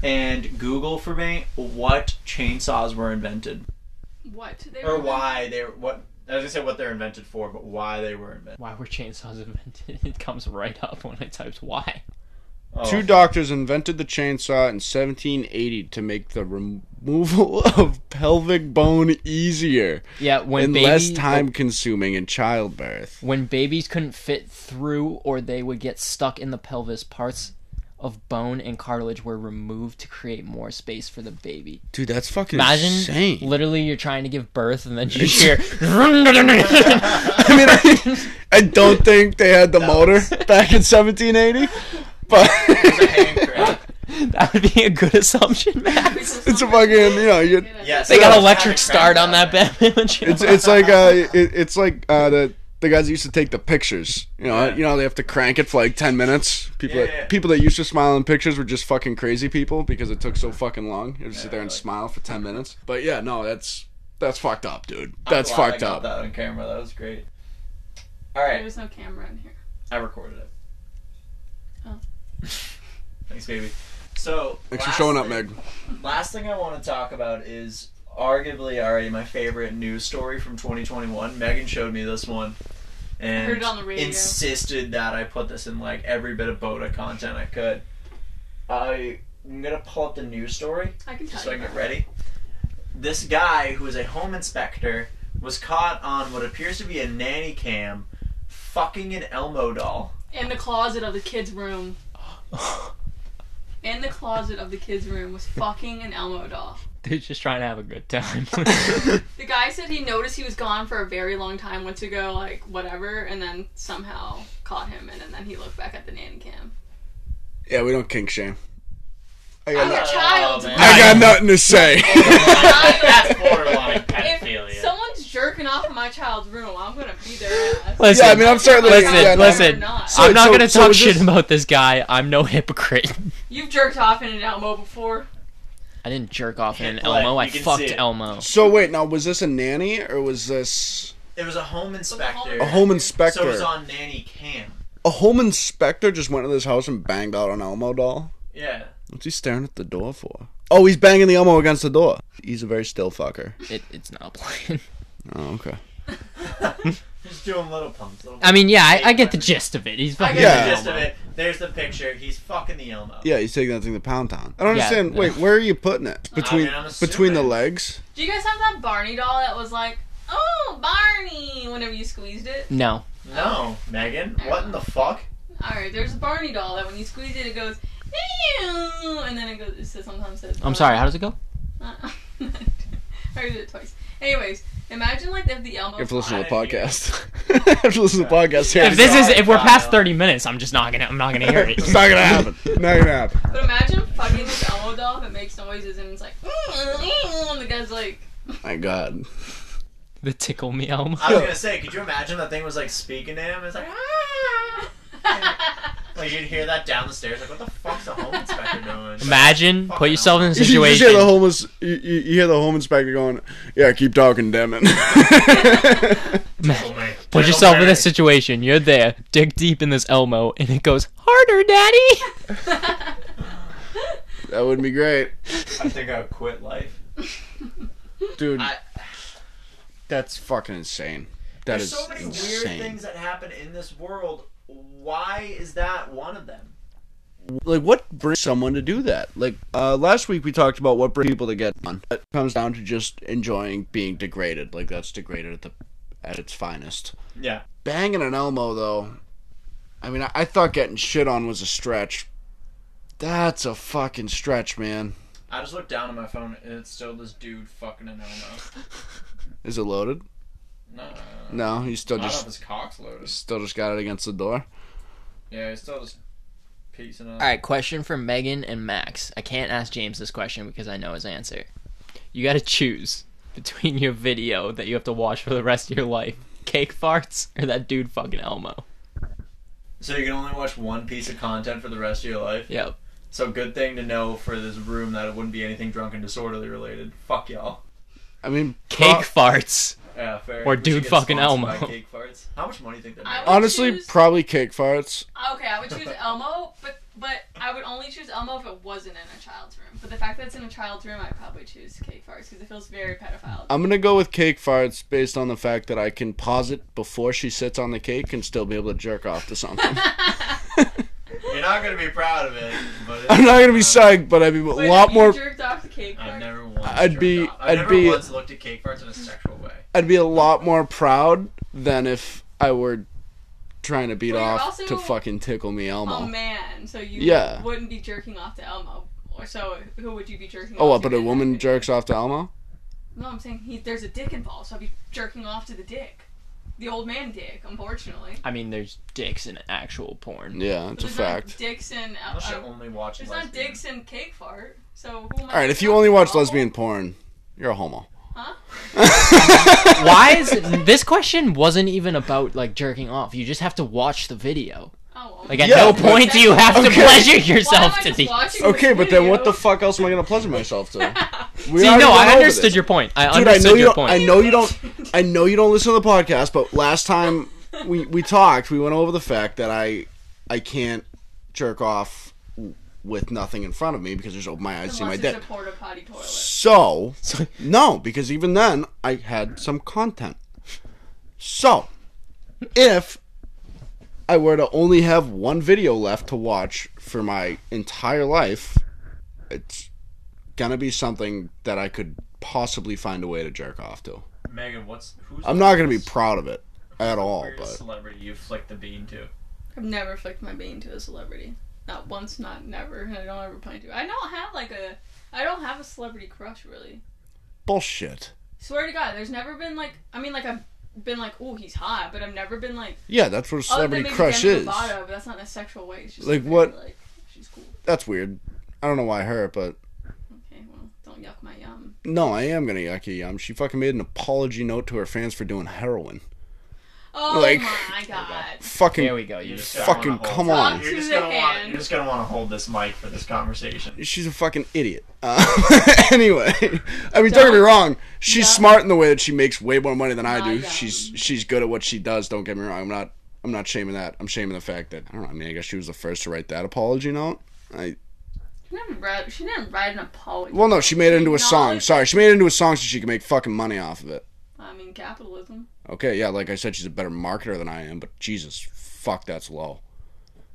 A: and Google for me what chainsaws were invented
C: What? They
A: or
C: were-
A: why they were what. I was gonna say what they're invented for, but why they were invented.
E: Why were chainsaws invented? It comes right up when I typed why.
A: Oh.
B: Two doctors invented the chainsaw in 1780 to make the removal of pelvic bone easier
E: Yeah, when
B: and
E: baby,
B: less time consuming in childbirth.
E: when babies couldn't fit through or they would get stuck in the pelvis parts of bone and cartilage were removed to create more space for the baby.
B: Dude, that's fucking
E: Imagine
B: insane.
E: literally you're trying to give birth and then you just hear I
B: I mean, I, I don't think they had the motor back in 1780, but
E: that would be a good assumption, Max.
B: it's a fucking you know you.
A: Yes.
E: They got
A: Yeah. Traffic
E: electric start
A: crashes
E: on that Batman.
B: It's it's like uh it, it's like uh the the guys that used to take the pictures. You know
A: Yeah.
B: you know they have to crank it for like 10 minutes. People
A: Yeah,
B: that,
A: yeah.
B: people that used to smile in pictures were just fucking crazy people because it took so fucking long. You just sit there and
A: really.
B: smile for 10 minutes. But yeah, no, that's that's fucked up, dude.
A: I'm
B: That's
A: glad I
B: fucked
A: got
B: up.
A: That on camera. That was great. All right,
C: There's no camera in here.
A: I recorded it.
C: Oh.
A: Thanks, baby. So
B: Thanks for
A: last
B: showing up,
A: thing-
B: Meg.
A: Last thing I want to talk about is arguably already my favorite news story from 2021. Megan showed me this one and
C: heard it on the radio.
A: insisted that I put this in like every bit of Boda content I could. I, I'm gonna pull up the news story
C: I can
A: just
C: tell
A: so I
C: you.
A: can get
C: about
A: ready. This guy who is a home inspector was caught on what appears to be a nanny cam fucking an Elmo doll.
C: it. In the closet of the kids' room. In the closet of the kids' room was fucking an Elmo doll.
E: They're just trying to have a good time.
C: The guy said he noticed he was gone for a very long time, went to go like whatever, and then somehow caught him, and, then he looked back at the nanny cam.
B: Yeah, we don't kink shame. I
C: I'm
B: got,
C: a
B: no-
A: Oh,
C: child.
A: man.
B: I got nothing to say.
A: That's
C: borderline
A: pedophilia.
C: If someone's jerking off in my child's room, I'm gonna be their ass.
E: Listen,
B: yeah, I mean, I'm certainly
E: Listen,
B: yeah, no.
E: listen.
C: Or not.
B: So-
E: I'm not gonna
B: so
E: talk
B: is
E: shit
B: this-
E: about this guy. I'm no hypocrite.
C: You've jerked off in an Elmo before.
E: I didn't jerk off in an
A: Hit play.
E: Elmo. I
A: You can see
E: fucked
A: it.
E: Elmo.
B: So wait, now was this a nanny or was this
A: It was a home inspector.
B: a home inspector?
A: So it was on nanny cam.
B: a home inspector just went to this house and banged out an Elmo doll.
A: Yeah.
B: What's he staring at the door for? Oh, he's banging the Elmo against the door. He's a very still fucker.
E: It, it's not playing.
B: Oh, okay.
A: Just doing little pumps. Little
E: I mean, yeah, I, I get the gist of it. He's
A: I
E: fucking.
A: get
B: Yeah.
A: the gist of it. There's the picture. He's fucking the Elmo.
B: Yeah, he's taking that thing to Pound Town. I don't
E: Yeah.
B: understand. Wait, where are you putting it? Between
A: mean, I'm assuming-
B: between the legs?
C: Do you guys have that Barney doll that was like, oh Barney, whenever you squeezed it?
E: No,
A: No, Megan. What in the fuck?
C: All right, there's a Barney doll that when you squeeze it, it goes, "Ew," and then it goes. It says sometimes says.
E: I'm sorry. How does it go?
C: I heard it twice. Anyways, imagine like if the Elmo.
B: You have to listen to the
A: I didn't
B: podcast. you have to listen to the podcast.
E: If this is, if we're past
A: Kyle.
E: thirty minutes, I'm just not gonna. I'm not gonna hear it.
B: it's not gonna happen. Not gonna happen.
C: But imagine fucking this Elmo doll that makes noises and it's like, and the guy's like,
B: My God.
E: the tickle me Elmo.
A: I was gonna say, could you imagine that thing was like speaking to him? It's like, "Ah." like you'd hear that down the stairs. Like, what the fuck's the home inspector doing?
E: Imagine put yourself in a
B: You should just
E: situation.
B: hear the homeless. You, you, you hear the home inspector going, "Yeah, keep talking, damn it."
A: Tickle me.
E: Put
A: Tickle
E: yourself in
A: me.
E: this situation. You're there. Dig deep in this Elmo, and it goes harder, Daddy.
B: that would be great,
A: I think I would quit life.
B: dude.
A: I-
B: that's fucking insane. That
A: There's
B: is
A: so many
B: insane.
A: weird things that happen in this world. Why is that one of them?
B: like what brings someone to do that like uh last week we talked about what brings people to get on it comes down to just enjoying being degraded like that's degraded at the at its finest
A: Yeah.
B: banging an elmo though i mean i, I thought getting shit on was a stretch that's a fucking stretch man
A: I just looked down at my phone and it's still this dude fucking an Elmo.
B: is it loaded
A: No,
B: no you still
A: I don't know if
B: just
A: his cock's loaded.
B: still just got it against the door
A: Yeah, he's still just piecing up.
E: All right, question for Megan and Max. I can't ask James this question because I know his answer. You got to choose between your video that you have to watch for the rest of your life, cake farts, or that dude fucking Elmo.
A: So you can only watch one piece of content for the rest of your life.
E: Yep.
A: So good thing to know for this room that it wouldn't be anything drunk and disorderly related. Fuck y'all.
B: i mean uh,
E: Cake
B: pro-
E: farts.
A: Yeah, fair.
E: Or
A: We should
E: dude
A: get
E: fucking
A: sponsored
E: Elmo.
A: by Cake farts. How much money do you think
C: I
A: that?
C: would
B: honestly
C: choose-
B: probably cake farts
C: okay, I would choose Elmo, but but I would only choose Elmo if it wasn't in a child's room. But the fact that it's in a child's room, I'd probably choose Cake Farts because it feels very pedophile.
B: I'm gonna go with cake farts based on the fact that I can pause it before she sits on the cake and still be able to jerk off to something.
A: You're not gonna be proud of it, but it's-
B: I'm not gonna be psyched, but I'd be a
C: Wait,
B: lot
C: you
B: more.
C: jerked off the Cake
A: I've
C: Farts.
A: never once.
B: I'd
A: jerked
B: be-
A: off.
B: I'd
A: I've never
B: be-
A: once looked at
C: Oh,
A: cake farts in a sexual way.
B: I'd be a lot more proud than if I were trying to beat
C: Well, you're
B: off
C: also-
B: to fucking tickle me Elmo.
C: a oh, man, so you
B: Yeah.
C: wouldn't be jerking off to Elmo. Or so who would you be jerking
B: oh,
C: off
B: what?
C: to
B: But a
C: in that
B: woman
C: video?
B: jerks off to Elmo.
C: No, I'm saying he, there's a dick involved, so I'd be jerking off to the dick. The old man dick, unfortunately.
E: I mean, there's dicks in actual porn.
B: Yeah, it's a
C: There's not
B: fact.
C: Dicks and uh,
A: Unless you're
C: uh,
A: only watching
C: there's not
A: lesbian.
C: dicks and cake fart. So who am I?
B: All right, if you
C: I'm
B: only
C: a
B: watch
C: homo?
B: lesbian porn, you're a homo.
C: Huh?
E: Why is this question wasn't even about like jerking off? You just have to watch the video.
C: Oh, well,
E: Like at
B: Yeah,
E: no
B: but-
E: point do you have to
B: Okay.
E: pleasure
C: why am
E: yourself
C: I
E: to
C: just
E: the.
C: watching
B: Okay,
C: this
B: but then what the
C: video?
B: fuck else am I gonna pleasure myself to? We
E: See,
B: already
E: no,
B: went
E: I
B: over
E: understood
B: this.
E: your point. I
B: Dude, I
E: understood
B: know you.
E: your
B: Don't,
E: point.
B: I know you don't. I know you don't listen to the podcast, but last time we we talked, we went over the fact that I I can't jerk off w- with nothing in front of me because I just open my eyes,
C: Unless
B: see my
C: it's
B: dick.
C: a porta potty toilet.
B: So no, because even then I had some content. So if I were to only have one video left to watch for my entire life, it's gonna be something that I could possibly find a way to jerk off to.
A: Megan, what's who's
B: I'm
A: the
B: not gonna be
A: weirdest-
B: proud of it at all,
A: weirdest
B: but
A: celebrity you flicked the bean to?
C: I've never flicked my bean to a celebrity. Not once, not never. and I don't ever plan to. I don't have like a. I don't have a celebrity crush really.
B: bullshit.
C: Swear to God, there's never been like. I mean, like I've been like, oh, he's hot, but I've never been like.
B: Yeah, that's what a
C: other than
B: celebrity
C: Oh, maybe
B: crush
C: Demi
B: is.
C: Lovato, but that's not in a sexual way. It's just
B: Like,
C: very,
B: what-
C: Like she's cool.
B: That's weird. I don't know why her, but
C: Okay, well, don't yuck my yum.
B: no, I am gonna yuck you yum. She fucking made an apology note to her fans for doing heroin.
C: Oh
B: Like-
C: my God.
B: Fucking
E: There we go. You just
A: gotta
B: fucking
A: wanna hold-
B: come on.
A: You're
C: To
A: just
C: the
A: gonna want.
C: hand.
A: You're just gonna want to hold this mic for this conversation.
B: she's a fucking idiot. Uh, anyway, I mean, don't, get me
C: Don't-
B: wrong. She's
C: don't-
B: smart in the way that she makes way more money than I
C: Ah,
B: do.
C: yeah.
B: She's she's good at what she does. Don't get me wrong. I'm not I'm not shaming that. I'm shaming the fact that I don't know. I mean, I guess she was the first to write that apology note. I
C: She didn't write. She didn't write an apology.
B: well, no, she made it into a song.
C: Acknowledge-
B: Sorry, she made it into a song so she could make fucking money off of it.
C: I mean, capitalism.
B: Okay, yeah, like I said, she's a better marketer than I am. But Jesus, fuck, that's low.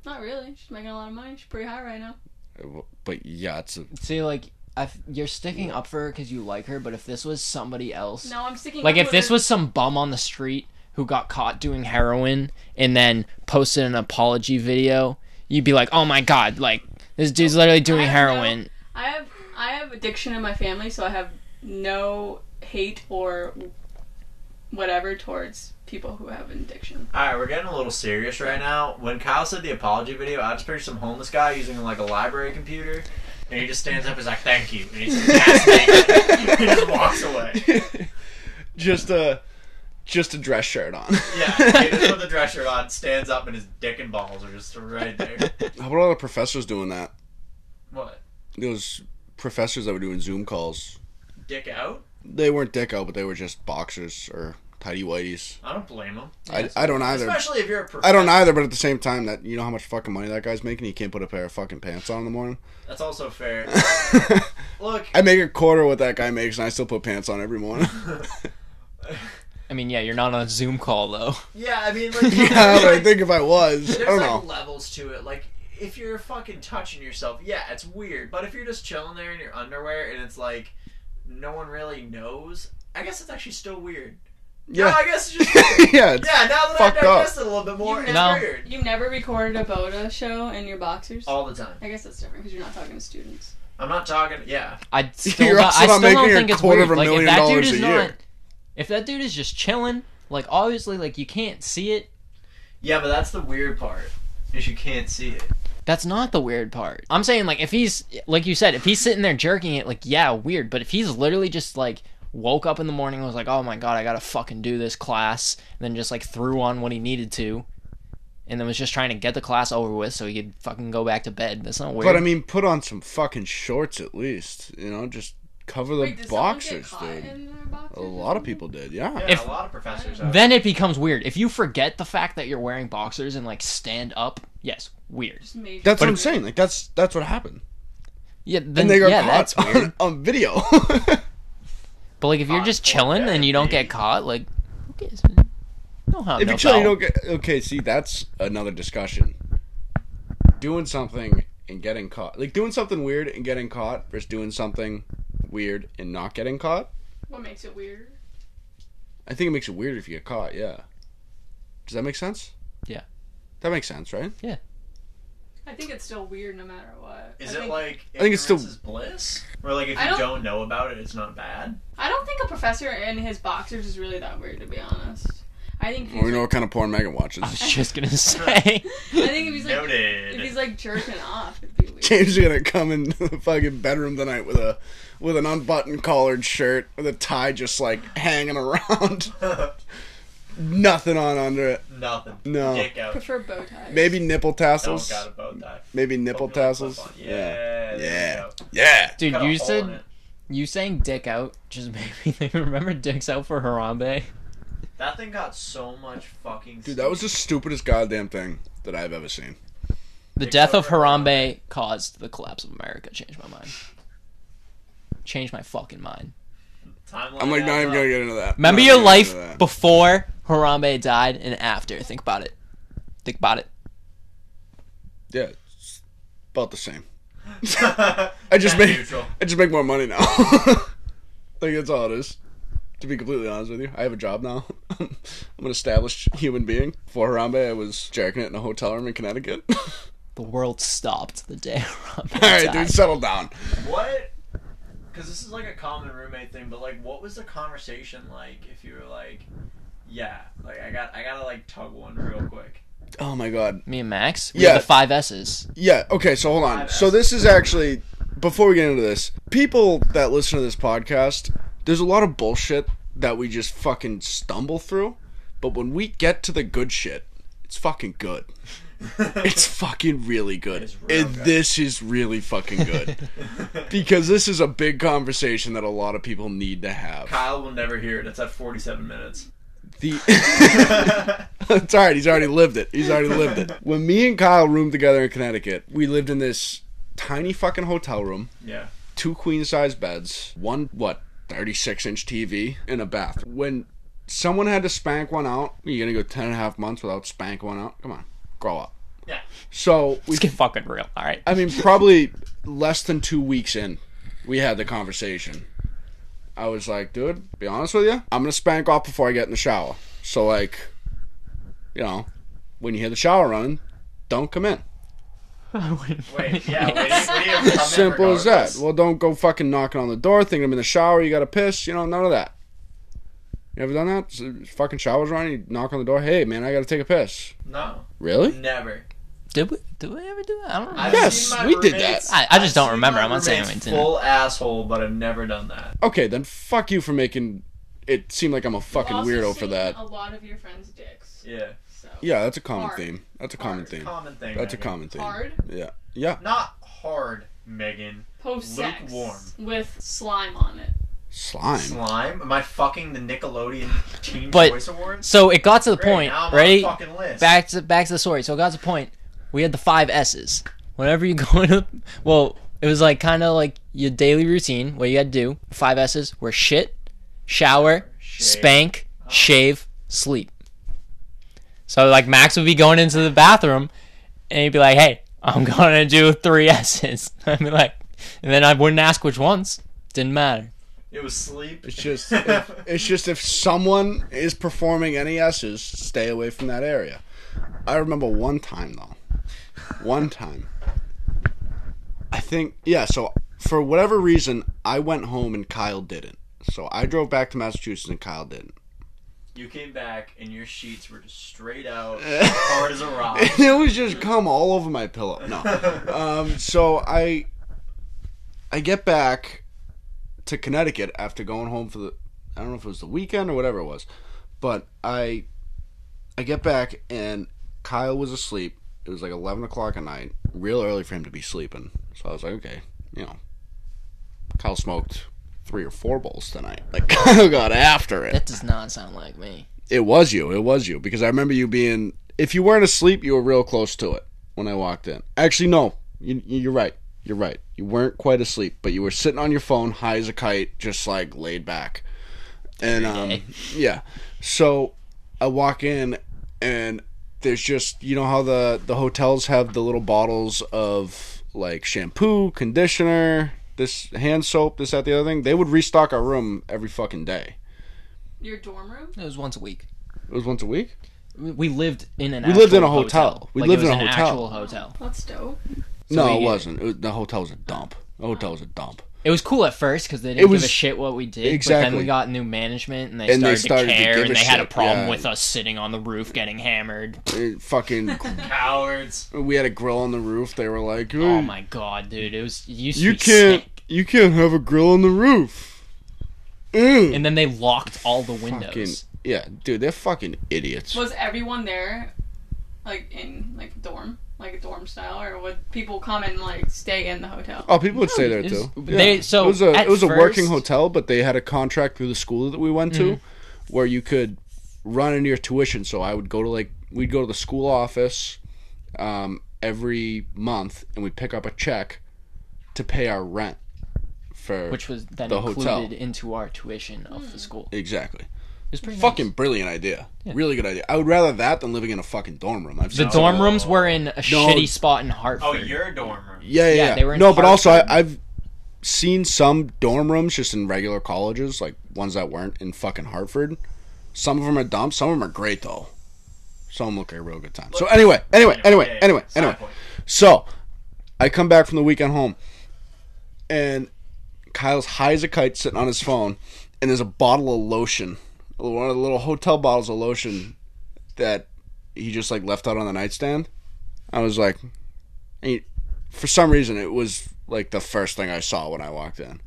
C: Not really. She's making a lot of money. She's pretty high right now.
B: But yeah, it's a,
E: See, like, I've, you're sticking up for her because you like her, but if this was somebody else,
C: No, I'm sticking.
E: like
C: up
E: if
C: with
E: this
C: her.
E: was some bum on the street who got caught doing heroin and then posted an apology video, you'd be like, oh my god, like this dude's literally doing
C: I
E: heroin.
C: I have I have addiction in my family, so I have no hate or whatever towards people who have an addiction.
A: All right, we're getting a little serious right now. When Kyle said the apology video, I just pictured some homeless guy using like a library computer, and he just stands up, and is like, "Thank you," and he says, "Yes, thank you." he just walks away.
B: just a just a dress shirt on.
A: Yeah, he just put the dress shirt on, stands up, and his dick and balls are just right there.
B: How about all the professors doing that?
A: What?
B: Those professors that were doing Zoom calls.
A: Dick out?
B: They weren't dicko, but they were just boxers or tidy whities.
A: I don't blame him.
B: I, I don't either.
A: Especially if you're a professor.
B: I don't either, but at the same time, that you know how much fucking money that guy's making. He can't put a pair of fucking pants on in the morning.
A: That's also fair. Look,
B: I make a quarter what that guy makes, and I still put pants on every morning.
E: I mean, yeah, you're not on a Zoom call though.
A: yeah, I mean, like,
B: yeah, but I think if I was, I
A: there's
B: don't
A: like
B: know.
A: levels to it. Like, if you're fucking touching yourself, yeah, it's weird. But if you're just chilling there in your underwear and it's like no one really knows, I guess it's actually still weird. Yeah,
B: Yeah,
A: I guess it's just
B: yeah. It's,
A: yeah. Now that I've
B: Fucked up.
A: digested it a little bit more, it's
E: No.
A: weird
C: You've never recorded a Boda show in your boxers.
B: Uh,
A: all the time.
C: I guess that's different because you're not talking to students.
A: I'm not talking. Yeah,
E: I still,
B: You're
E: don't,
B: also
E: I
B: not
E: still don't
B: making a
E: think it's
B: quarter
E: weird.
B: of a
E: Like if
B: million
E: that dude
B: dollars
E: is
B: a year.
E: not, if that dude is just chilling, like obviously, like you can't see it.
A: yeah, but that's the weird part is you can't see it.
E: That's not the weird part. I'm saying like if he's like you said, if he's sitting there jerking it, like yeah, weird. But if he's literally just like woke up in the morning and was like, oh my god, I gotta fucking do this class, and then just like threw on what he needed to, and then was just trying to get the class over with so he could fucking go back to bed. That's not weird.
B: but I mean, put on some fucking shorts at least. You know, just cover the
C: Wait, did someone get
B: boxers,
C: caught
B: dude.
C: in their boxers
B: A
C: or
B: lot of
C: something?
B: people did. Yeah.
A: Yeah,
E: If-
A: a lot of professors.
B: uh,
A: Are.
E: then it becomes weird if you forget the fact that you're wearing boxers and like stand up. Yes, weird.
C: Just major-
B: That's what I'm saying. Like that's that's what happened.
E: Yeah, then,
B: And they got
E: yeah,
B: caught
E: that's weird.
B: on, on video.
E: But like if you're
A: Caught
E: just
A: for
E: chilling and you don't
A: therapy.
E: get caught, like who cares? man? No harm,
B: if
E: no
B: you chill, you
E: foul.
B: don't get. Okay, see, that's another discussion. Doing something and getting caught, like doing something weird and getting caught, versus doing something weird and not getting caught.
C: What makes it weird?
B: I think it makes it weird if you get caught. Yeah. Does that make sense?
E: Yeah.
B: That makes sense, right?
C: I think it's still weird no matter what.
A: Is
C: I
A: it
C: think,
A: like
B: I think it's
A: ignorance
B: still-
A: is bliss? Or like if
C: I
A: you
C: don't-
A: don't... know about it, it's not bad.
C: I don't think a professor and his boxers is really that weird to be honest. I think if
B: Well,
C: he's
B: we know
C: like,
B: what kind of porn Megan watches.
E: I was just gonna say.
C: I think if he's like
A: Noted.
C: if he's like jerking off, it'd be weird.
B: James is gonna come into the fucking bedroom tonight with a with an unbuttoned collared shirt with a tie just like hanging around, nothing on under it.
A: Nothing.
B: No.
A: Dick out.
C: Prefer bow ties.
B: Maybe nipple
A: Don't
B: tassels.
A: got a bow tie.
B: Maybe nipple
A: Hope you like flip
B: tassels.
A: on. Yeah. there
B: Yeah.
A: you go.
B: Yeah.
E: Dude,
A: Cut a
E: you
A: hole in
E: said
A: it.
E: you saying dick out just made me think. Remember dicks out for Harambe?
A: that thing got so much fucking.
B: Dude, that was the stupidest goddamn thing that I've ever seen.
E: The
A: Dick
E: death
A: out
E: of
A: for
E: Harambe caused the collapse of America. Changed my mind. Changed my fucking mind.
A: Timeline
B: I'm like not
A: adds
B: even
A: up.
B: gonna get into that.
E: Remember
B: Not
E: your
B: even
E: life
B: gonna get into
E: before Harambe died and after. Think about it. Think about it.
B: that. Yeah. it's About the same.
A: I
B: just
A: Kinda
B: made-
A: neutral.
B: I just make more money now. like that's all it is. To be completely honest with you, I have a job now. I'm an established human being. For Harambe, I was jacking it in a hotel room in Connecticut. all
E: The world stopped the day Harambe
B: right,
E: died.
B: dude, settle down.
A: What? Because this is like a common roommate thing, but like, what was the conversation like? If you were like, yeah, like I got, I gotta like tug one real quick.
B: Oh my god.
E: Me and Max. We
B: Yeah.
E: yeah. The five S's.
B: Yeah. Okay. So hold on. So this is actually before we get into this. People that listen to this podcast, there's a lot of bullshit that we just fucking stumble through, but when we get to the good shit, it's fucking good. It's fucking really good.
A: It's real
B: And
A: good.
B: this is really fucking good because this is a big conversation that a lot of people need to have.
A: Kyle will never hear it. It's at 47 minutes.
B: The It's all right. He's already lived it. He's already lived it. When me and Kyle roomed together in Connecticut, we lived in this tiny fucking hotel room.
A: yeah.
B: two queen size beds, one what, 36 inch TV, and a bath. When someone had to spank one out, you're gonna go 10 and a half months without spank one out? Come on, grow up.
A: Yeah.
B: So we,
E: Let's get fucking real. All right.
B: I mean, probably less than two weeks in, we had the conversation. I was like, dude, be honest with you, I'm gonna spank off before I get in the shower. So like, you know, when you hear the shower running, don't come in.
A: Wait. Yeah. Wait, wait, wait,
B: Simple as that. Well, don't go fucking knocking on the door, thinking I'm in the shower, you gotta piss, you know, none of that. You ever done that? So, fucking showers running, you knock on the door, hey man, I gotta take a piss.
A: No.
B: Really?
A: Never.
E: Did we? Did we ever do that? I don't remember.
A: I've
B: Yes,
A: seen my
B: we did that.
A: roommates-
E: I- I just
A: I've
E: don't
A: seen
E: remember.
A: my
E: I'm not saying
A: roommates
E: we didn't.
A: Full asshole, but I've never done that.
B: Okay, then fuck you for making it seem like I'm a fucking
C: Also
B: weirdo for
C: seen
B: that.
C: A lot of your friends' dicks.
A: Yeah.
C: So
B: Yeah, that's a common
C: Hard.
B: theme. That's a common
C: Hard.
B: theme.
A: Common thing.
B: That's a
A: Megan.
B: common theme.
C: hard
B: Yeah. Yeah.
A: Not hard, Megan.
C: post sex
A: Lukewarm.
C: with slime on it.
B: Slime.
A: Slime? Am I fucking the Nickelodeon Teen
E: But-
A: Choice Awards?
E: So it got to the
A: Great,
E: point,
A: now I'm
E: right?
A: On the fucking list.
E: Back to back to the story. So it got to the point. We had the five S's. Whenever you go into, well, it was like kind of like your daily routine. What you had to do. Five S's were shit, shower,
A: Shave.
E: spank, shave, sleep. So like Max would be going into the bathroom, and he'd be like, "Hey, I'm gonna do three S's." I'd be like, and then I wouldn't ask which ones. Didn't matter.
A: It was sleep.
B: It's just if, it's just if someone is performing NESs, stay away from that area. I remember one time though. One time. I think yeah, so for whatever reason I went home and Kyle didn't. So I drove back to Massachusetts and Kyle didn't.
A: You came back and your sheets were just straight out, hard as a rock.
B: it was just cum all over my pillow. No. Um, so I I get back to Connecticut after going home for the I don't know if it was the weekend or whatever it was, but I I get back and Kyle was asleep. It was like eleven o'clock at night, real early for him to be sleeping. So I was like, okay, you know, Kyle smoked three or four bowls tonight. Like Kyle got after it.
E: That does not sound like me.
B: It was you. It was you because I remember you being. If you weren't asleep, you were real close to it when I walked in. Actually, no. You, you're right. You're right. You weren't quite asleep, but you were sitting on your phone, high as a kite, just like laid back. And um,
E: Okay.
B: yeah. So I walk in, and there's just you know how the the hotels have the little bottles of like shampoo, conditioner, this hand soap, this that the other thing. They would restock our room every fucking day.
C: Your dorm room?
E: It was once a week.
B: It was once a week.
E: we lived in an.
B: We lived
E: actual
B: in a hotel. We
E: Like, it
B: lived in
E: was
B: a
E: an
B: hotel.
E: actual hotel.
C: That's dope.
B: no,
E: we-
B: it wasn't. It was, the hotel was a dump. The hotel was a dump.
E: It was cool at first because they
B: It
E: didn't
B: was-
E: give a shit what we did. But then
B: Exactly.
E: we got new management and they,
B: And they
E: started,
B: started
E: to
B: to
E: care
B: give
E: and
B: a
E: they had a
B: shit,
E: problem
B: yeah.
E: with us sitting on the roof getting hammered.
B: It fucking,
A: Cowards.
B: we had a grill on the roof. They were like,
E: Oh
B: "Hey,
E: my god, dude! It was it used to
B: you
E: be
B: can't,
E: sick.
B: you can't have a grill on the roof." Ew.
E: And then they locked all the
B: fucking,
E: windows.
B: yeah, dude, they're fucking idiots.
C: Was everyone there, like in like dorm, like a dorm style, or would people come and like stay in the hotel?
B: Oh, people would stay there
E: it
B: too.
E: was- they- so
B: it was a
E: at
B: it was a working
E: first-
B: hotel, but they had a contract through the school that we went to,
E: Mm-hmm.
B: where you could run into your tuition. So I would go to like we'd go to the school office um, every month, and we would pick up a check to pay our rent for
E: Which was then
B: The
E: included
B: hotel.
E: into our tuition of the school. It
B: exactly
E: was pretty
B: fucking
E: nice.
B: brilliant idea, really good idea. I would rather that than living in a fucking dorm room. I've
E: The
B: seen some
E: dorm
B: of those.
E: rooms were in a shitty spot in
A: Oh,
E: Hartford.
A: your dorm room.
B: Yeah, yeah,
E: Yeah,
B: yeah.
E: they were in
B: no, but also I,
E: Hartford.
B: I've seen some dorm rooms just in regular colleges, like ones that weren't in fucking Hartford. Some of them are dumb. Some of them are great though. Some of them look like a real good time. So anyway, anyway, anyway, anyway,
A: Side
B: anyway.
A: point.
B: So I come back from the weekend home, and Kyle's high as a kite, sitting on his phone, and there's a bottle of lotion, one of the little hotel bottles of lotion that he just like left out on the nightstand. I was like, and he- for some reason, it was like the first thing I saw when I walked in.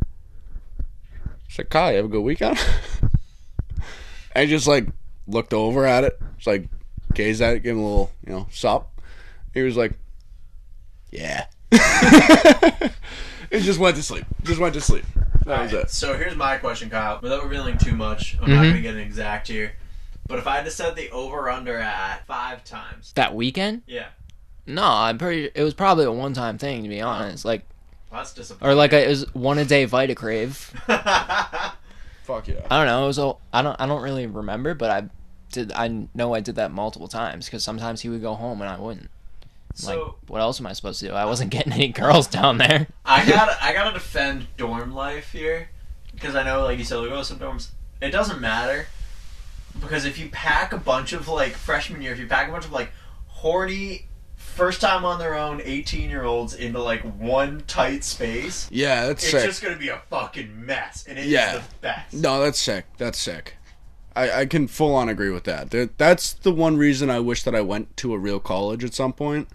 B: I said, Kyle, you have a good weekend? I just like looked over at it, just like gazed at it, gave him a little, you know, sup. He was like, yeah. it just went to sleep. Just went to sleep. That was
A: Alright,
B: it.
A: So here's my question, Kyle. Without revealing too much, I'm not
E: Mhm.
A: going to get an exact here. But if I had to set the over under at five times,
E: That weekend?
A: yeah,
E: No, I'm pretty. It was probably a one-time thing, to be honest. Like,
A: that's disappointing.
E: or like a, it was one a day Vitacrave.
B: Fuck yeah.
E: I don't know. It was all, I don't I don't really remember, but I did. I know I did that multiple times because sometimes he would go home and I wouldn't. Like,
A: so
E: what else am I supposed to do? I wasn't getting any girls down there.
A: I got I gotta defend dorm life here because I know, like you said, like oh, some dorms. It doesn't matter because if you pack a bunch of like freshman year, if you pack a bunch of like horny first time on their own 18 year olds into like one tight space,
B: Yeah, that's
A: it's
B: sick.
A: just gonna be a fucking mess, and it's
B: Yeah.
A: the best.
B: No, that's sick. That's sick. I, I can full on agree with that. That- That's the one reason I wish that I went to a real college at some point,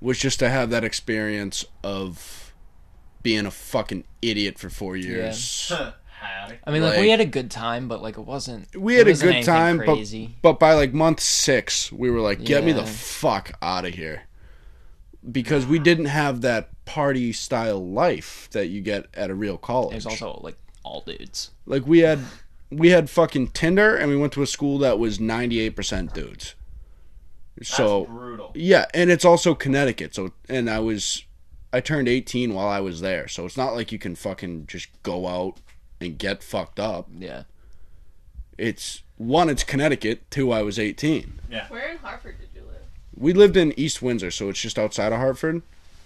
B: was just to have that experience of being a fucking idiot for four years.
A: Howdy.
E: I mean, like, we
B: Like-
E: had a good time, but like it wasn't.
B: We
E: it
B: had a
E: wasn't
B: good
E: anything
B: time,
E: Crazy.
B: but but by like month six, we were like, "Get me the
E: Yeah.
B: fuck out of here," because we didn't have that party style life that you get at a real college.
E: it was also like all dudes.
B: Like we had we had fucking Tinder and we went to a school that was 98% dudes.
A: That's
B: So
A: brutal.
B: yeah, and it's also Connecticut. So and I was I turned 18 while I was there. So it's not like you can fucking just go out and get fucked up.
E: Yeah.
B: It's one it's Connecticut, two I was 18.
C: Where in Hartford did you live?
B: We lived in East Windsor, so it's just outside of Hartford.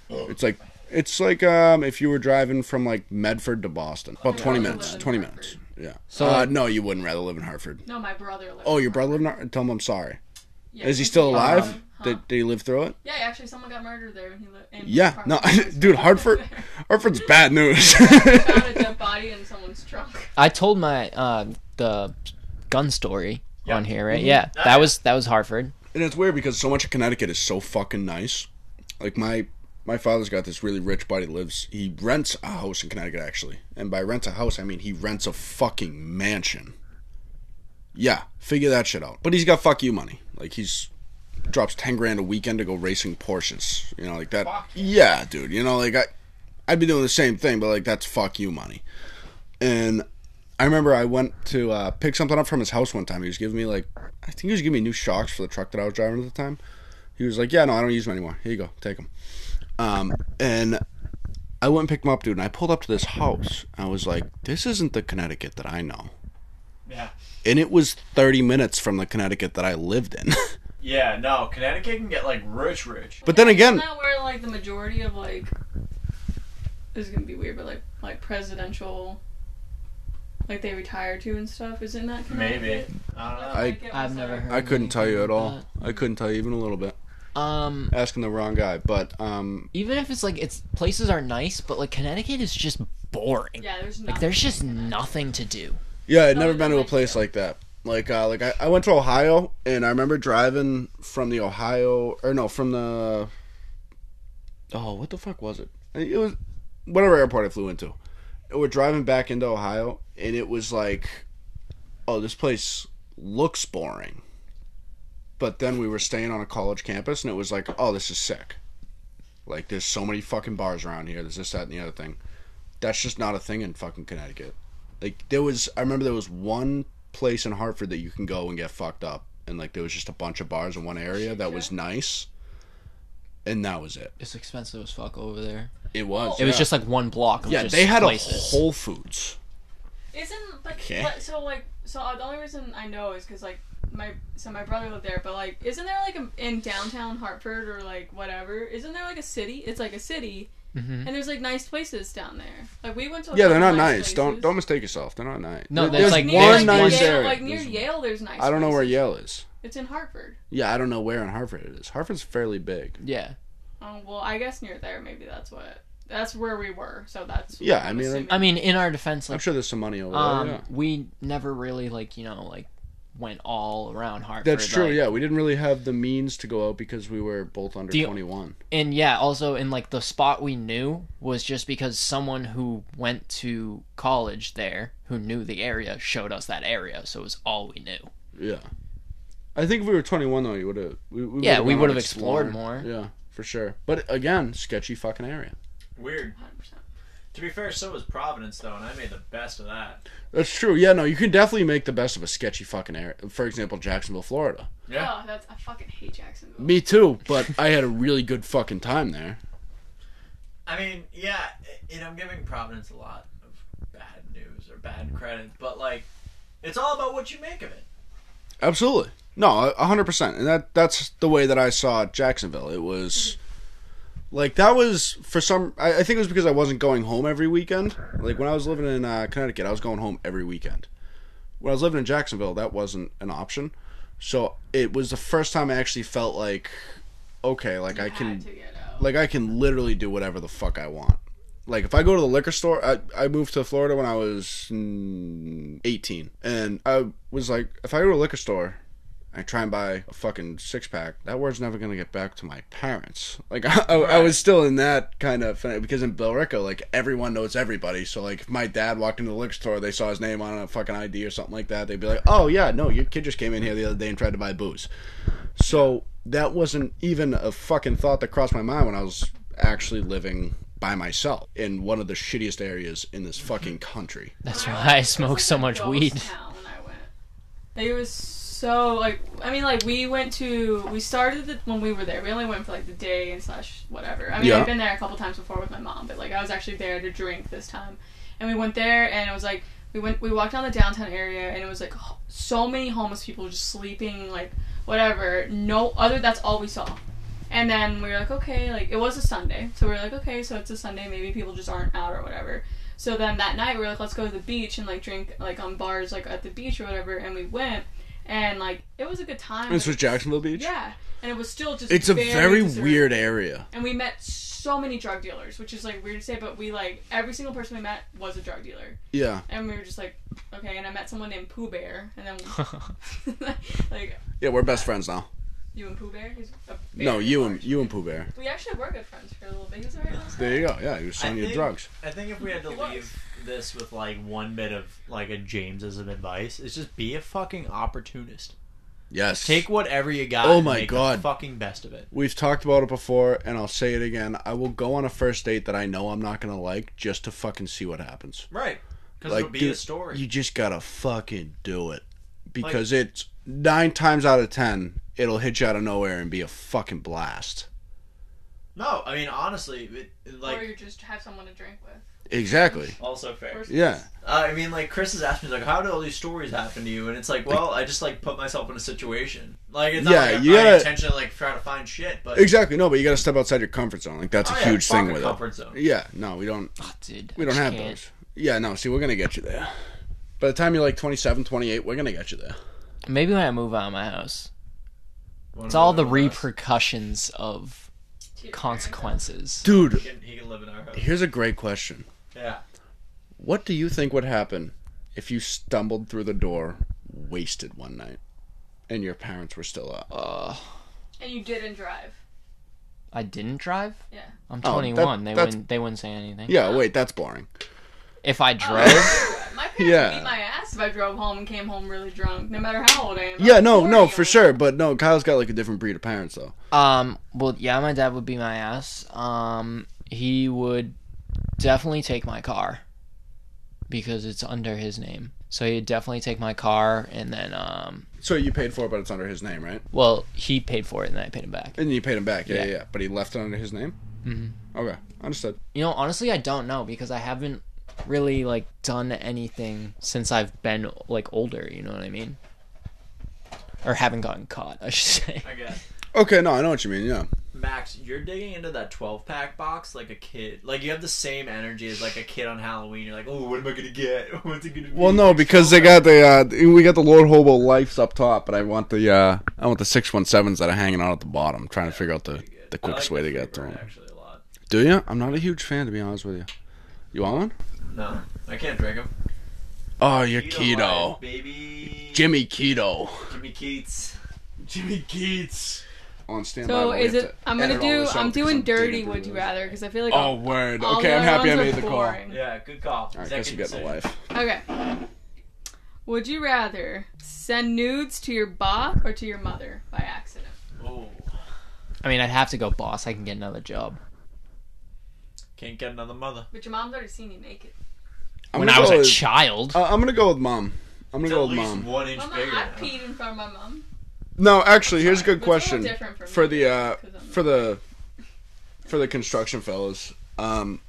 B: It's like it's like um if you were driving from like Medford to Boston. About 20 minutes. 20 minutes. Yeah. So uh, no, you wouldn't rather live in Hartford.
C: No, my brother lived.
B: Oh,
C: in
B: your brother
C: Hartford.
B: lived in Ar- Tell him I'm sorry.
C: Yeah,
B: Is he
C: he's
B: still
C: from
B: alive?
C: Hartford. Huh?
B: Did, did he live through it?
C: Yeah, actually, someone got murdered there, and he lived. in
B: Yeah. No,
C: Hartford.
B: dude, Hartford, Hartford's bad news.
C: Found a dead body in someone's trunk.
E: I told my uh, the gun story
A: Yeah.
E: on here,
B: Mm-hmm.
E: right? Yeah,
A: yeah.
E: that was that was Hartford.
B: and it's weird because so much of Connecticut is so fucking nice. Like my my father's got this really rich buddy lives. He rents a house in Connecticut actually, and by rents a house I mean he rents a fucking mansion. Yeah, figure that shit out. But he's got fuck you money. Like he's drops ten grand a weekend to go racing Porsches. You know, like that.
A: Fuck
B: yeah, dude. You know, like I, I'd be doing the same thing, but like that's fuck you money. And I remember I went to uh, pick something up from his house one time. He was giving me like, I think he was giving me new shocks for the truck that I was driving at the time. He was like, "Yeah, no, I don't use them anymore. Here you go, take them." Um, and I went and picked them up, dude. And I pulled up to this house. I was like, "This isn't the Connecticut that I know."
A: Yeah.
B: And it was 30 minutes from the Connecticut that I lived in.
A: Yeah, no, Connecticut can get like rich, rich.
B: But then
C: Yeah,
B: again-
C: isn't that where like the majority of like this is gonna be weird, but like like presidential like they retire to and stuff. Isn't that connected?
A: Maybe. I don't know.
B: I-
C: get
E: I've
C: what's
E: never
C: there.
E: heard.
B: I couldn't tell you at
E: anything
B: all.
E: about
B: I couldn't tell you even a little bit.
E: that. Um,
B: Asking the wrong guy, but um,
E: even if it's like it's places are nice, but like Connecticut is just boring.
C: Yeah, there's
E: Like there's just nothing to do.
B: yeah, I'd never been to a place like that. Like, uh, like I, I went to Ohio, and I remember driving from the Ohio, or no, from the. Oh, what the fuck was it? It was whatever airport I flew into. And we're driving back into Ohio, and it was like, oh, this place looks boring. But then we were staying on a college campus, and it was like, oh, this is sick. Like, there's so many fucking bars around here. There's this, that, and the other thing. That's just not a thing in fucking Connecticut. Like, there was, I remember there was one place in Hartford that you can go and get fucked up. And, like, there was just a bunch of bars in one area that was nice. And that was it.
E: It's expensive as fuck over there.
B: It was.
E: It was
B: yeah.
E: just like one block. Of
B: Yeah,
E: just
B: they had
E: places.
B: a Whole Foods.
C: Isn't but,
B: Okay.
C: but so like so uh, the only reason I know is because like my so my brother lived there, but like isn't there like a, in downtown Hartford or like whatever? Isn't there like a city? It's like a city,
E: Mhm.
C: and there's like nice places down there. Like we went to. a
B: Yeah, they're not
C: couple
B: nice. Don't
C: Oh, places.
B: don't mistake yourself. They're not nice.
E: No,
B: There-
E: there's, like,
C: near, like,
E: one nice
C: Yale,
B: area.
C: Like near
B: There's-
C: Yale, there's nice.
B: I don't know where
C: places.
B: Yale is.
C: It's in Hartford.
B: Yeah, I don't know where in Hartford it is. Hartford's fairly big.
E: Yeah.
C: Oh well, I guess near there. Maybe that's what. That's where we were. So that's.
B: Yeah,
C: what
B: I
C: I'm
B: mean,
C: assuming.
E: I mean, in our defense,
B: I'm
E: like
B: sure there's some money over
E: um,
B: there. Yeah.
E: we never really like you know like went all around Hartford.
B: That's true.
E: like-
B: yeah, we didn't really have the means to go out because we were both under
E: Do you-
B: 21.
E: and yeah, also in like the spot we knew was just because someone who went to college there who knew the area showed us that area, so it was all we knew.
B: Yeah. I think if we were 21 though, you would have. We, we
E: Yeah,
B: would've
E: we
B: gone
E: would've
B: out
E: explored
B: exploring.
E: more.
B: Yeah, for sure. But again, sketchy fucking area.
A: Weird.
C: 100%.
A: To be fair, so was Providence though, and I made the best of that.
B: That's true. Yeah, no, you can definitely make the best of a sketchy fucking area. For example, Jacksonville, Florida.
C: Oh, that's I fucking hate Jacksonville.
B: Me too, but I had a really good fucking time there.
A: I mean, yeah, i- and I'm giving Providence a lot of bad news or bad credit, but like, it's all about what you make of it.
B: Absolutely. No, a hundred percent. And that that's the way that I saw Jacksonville. It was like that was for some. I, I think it was because I wasn't going home every weekend. Like when I was living in uh, Connecticut, I was going home every weekend. When I was living in Jacksonville, that wasn't an option. So it was the first time I actually felt like, okay, like I
C: Had
B: can
C: to get out.
B: like I can literally do whatever the fuck I want. Like if I go to the liquor store, I, I moved to Florida when I was mm, 18, and I was like, if I go to a liquor store, I try and buy a fucking six pack. That word's never gonna get back to my parents. Like I, I, I was still in that kind of because in Billerica, like everyone knows everybody. So like if my dad walked into the liquor store, they saw his name on a fucking ID or something like that. They'd be like, oh yeah, no, your kid just came in here the other day and tried to buy booze. So that wasn't even a fucking thought that crossed my mind when I was actually living by myself in one of the shittiest areas in this fucking country.
E: That's why I smoked
C: It's
E: so
C: like a
E: much
C: ghost
E: weed.
C: town when I went. Like, it was so like I mean like we went to we started the, when we were there. We only went for like the day and slash whatever. I mean
B: Yeah.
C: I've been there a couple times before with my mom, but like I was actually there to drink this time. And we went there and it was like we went we walked down the downtown area and it was like ho- so many homeless people just sleeping like whatever. No other that's all we saw. And then we were like, okay, like it was a Sunday, so we were like, okay, so it's a Sunday, maybe people just aren't out or whatever. So then that night we were like, let's go to the beach and like drink like on bars like at the beach or whatever, and we went, and like it was a good time.
B: This was Jacksonville Beach.
C: yeah, and it was still just
B: It's a very
C: deserted.
B: weird area.
C: And we met so many drug dealers, which is like weird to say, but we like every single person we met was a drug dealer,
B: Yeah.
C: and we were just like, okay. And I met someone named Pooh Bear, and then like
B: Yeah, we're best friends now.
C: you and Pooh Bear. He's a bear
B: No, you and
C: large.
B: you and Pooh Bear.
C: We actually were good friends for a little bit. He was a very nice guy.
B: There you go. Yeah, he was
A: I
B: selling you
A: think-
B: drugs.
A: I think if we had to
C: It was.
A: leave this with like one bit of like a James's of advice, it's just be a fucking opportunist.
B: Yes.
A: Take whatever you got.
B: Oh
A: and
B: my
A: make the
B: God.
A: fucking best of it.
B: We've talked about it before, and I'll say it again. I will go on a first date that I know I'm not gonna like just to fucking see what happens.
A: Right. Because it'll be
B: dude,
A: a story.
B: You just gotta fucking do it because it's nine times out of ten it'll hit you out of nowhere and be a fucking blast.
A: no, I mean honestly, it, it,
C: or you
A: like
C: just have someone to drink with.
B: Exactly.
A: also fair.
C: Or
B: Yeah.
A: Uh, I mean, like Chris has asked me, like, how do all these stories happen to you? And it's like, well, I just like put myself in a situation. Like, it's
B: Yeah,
A: not like
B: you
A: I'm
B: gotta-
A: intentionally like trying to find shit, but
B: Exactly. No, but you gotta step outside your comfort zone. Like that's
A: Oh,
B: a
A: yeah,
B: huge
A: fuck
B: thing
A: a
B: with
A: comfort
B: it.
A: zone.
B: Yeah. No, we don't.
E: Ah, Dude,
B: We
E: I
B: don't
E: just
B: have
E: can't.
B: those. Yeah. No. See, we're gonna get you there. By the time you're like 27, 28, we're gonna get you there.
E: Maybe when I move out of my house.
A: One
E: It's
A: more
E: all the
A: little less.
E: repercussions of consequences.
A: He
B: Dude,
A: can, he can live in our house.
B: here's a great question.
A: Yeah.
B: What do you think would happen if you stumbled through the door wasted one night and your parents were still up?
E: Uh,
C: And you didn't drive.
E: I didn't drive.
C: Yeah.
E: I'm
B: Oh,
E: 21. they
B: that-
E: wouldn't. They wouldn't say anything.
B: Yeah, wait, that's boring.
E: If I
C: Oh,
E: drove,
C: My parents
B: Yeah.
C: would beat my ass if I drove home and came home really drunk, no matter how old I am.
B: Yeah,
C: I'm
B: no,
C: 40
B: no,
C: old.
B: for sure. But no, Kyle's got like a different breed of parents though.
E: um, well, yeah, my dad would be my ass. Um, he would definitely take my car because it's under his name. So he'd definitely take my car, and then um,
B: So you paid for it, but it's under his name, right?
E: well, he paid for it, and then I paid him back.
B: And you paid him back, yeah, yeah. Mm-hmm.
E: Yeah.
B: yeah, But he left it under his name.
E: Mhm.
B: Okay, understood.
E: You know, honestly, I don't know because I haven't really like done anything since I've been like older. You know what I mean? Or haven't gotten caught, I should say.
A: I guess.
B: Okay, no, I know what you mean. Yeah,
A: Max, you're digging into that 12 pack box like a kid. Like you have the same energy as like a kid on Halloween. You're like, oh, what am I gonna get? What's it gonna be?
B: Well, no, because they got the uh, we got the Lord Hobo Life's up top, but I want the uh, I want the six one sevens that are hanging out at the bottom, trying to figure out the, the
A: I like
B: quickest way to get
A: free
B: through
A: bird
B: them.
A: Actually, a lot.
B: Do you? I'm not a huge fan, to be honest with you. You want one?
A: No, I can't drink them.
B: Oh, you're keto,
A: baby.
B: Jimmy Keto.
A: Jimmy Keats. Jimmy Keats.
B: On standby.
C: So
B: while we
C: is
B: have
C: it?
B: to
C: I'm gonna
B: edit all
C: do.
B: this out
C: I'm
B: because
C: doing
B: digging
C: dirty.
B: through
C: Would you
B: this.
C: rather? Because I feel like
B: Oh, word.
C: all
B: Okay,
C: the
B: I'm happy I
C: other
B: made
C: ones
B: the
C: are
B: call.
C: boring.
A: Yeah, good call.
B: All right, guess you get a life.
C: Okay. Would you rather send nudes to your boss or to your mother by accident?
A: Oh,
E: I mean, I'd have to go boss. I can get another job.
A: can't get another mother.
C: But your mom's already seen you naked.
B: I'm
E: when
B: gonna
E: I was
B: go
E: a
B: with-
E: child.
B: uh, I'm gonna go with mom. I'm gonna
A: It's
B: go
A: at
B: with
A: least
B: mom.
A: one inch
C: Mama,
A: bigger.
C: I
A: now.
C: peed in front of my mom.
B: No, actually, here's a good
C: It's a little
B: question
C: different for me,
B: for the uh,
C: 'cause I'm-
B: for the for the construction fellas. Um,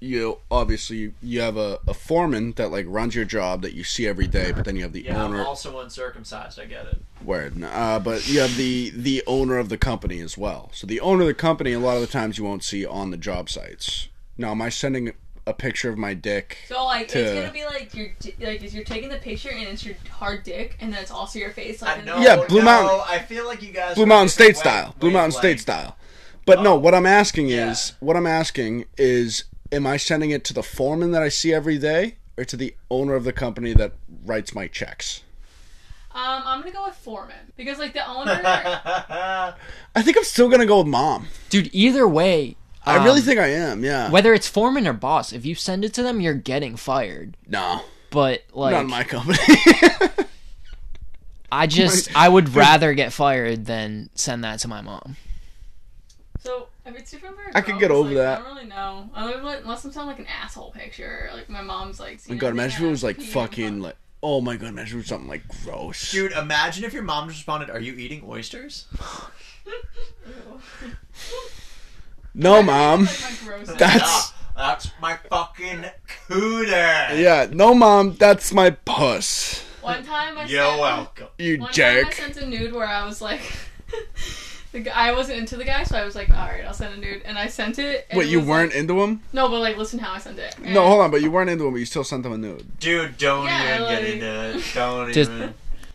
B: you obviously you have a, a foreman that like runs your job that you see every day, but then you have the
A: Yeah, I'm
B: owner.
A: also uncircumcised. I get it.
B: Word, uh, but you have the the owner of the company as well. So the owner of the company, a lot of the times you won't see on the job sites. Now, am I sending a picture of my dick?
C: So like
B: To-
C: it's gonna be like you're like is you're taking the picture and it's your hard dick and then it's also your face. Like
A: I
C: in
A: know.
C: the-
B: Yeah, Blue
A: no,
B: Mountain-
A: I feel like you guys.
B: Blue
A: are
B: Mountain State
A: different
B: style.
A: wave-
B: Blue Mountain State
A: wavelength.
B: style. But no,
A: Oh.
B: what I'm asking is,
A: Yeah.
B: what I'm asking is, am I sending it to the foreman that I see every day, or to the owner of the company that writes my checks?
C: Um, I'm gonna go with foreman because like the owner.
B: I think I'm still gonna go with mom.
E: Dude, either way,
B: I really
E: um,
B: think I am. Yeah.
E: whether it's foreman or boss, if you send it to them, you're getting fired.
B: No,
E: But like,
B: not in my company.
E: I just I would rather get fired than send that to my mom.
C: so if it's different for a
B: I could
C: girl,
B: get
C: it's,
B: over
C: like,
B: that.
C: I don't really know unless, unless I'm telling like an asshole picture. Like my mom's like.
B: my
C: seen
B: Oh God,
C: everything
B: imagine if it
C: I've
B: was like
C: peed in
B: fucking
C: front-
B: like. Oh my God, imagine if it was something like gross.
A: Dude, imagine if your mom just responded, "Are you eating oysters?"
B: no, mom.
C: Like my gross.
B: That's-
A: Nah, that's my fucking cooter.
B: Yeah, no, mom. That's my puss.
C: One time I
A: You're
C: sent-
A: welcome.
B: You
C: One time I
B: jerk.
C: sent a nude where I was like, the guy, I wasn't into the guy, so I was like, all right, I'll send a nude, and I sent it. and
B: Wait,
C: it
B: you
C: was,
B: weren't
C: Like, eh.
B: into him?
C: no, but like, listen how I sent it.
B: No, hold on, but you weren't into him, but you still sent him a nude.
A: Dude, don't
C: Yeah,
A: even
C: like-
A: get into it. Don't
E: Just-
A: even.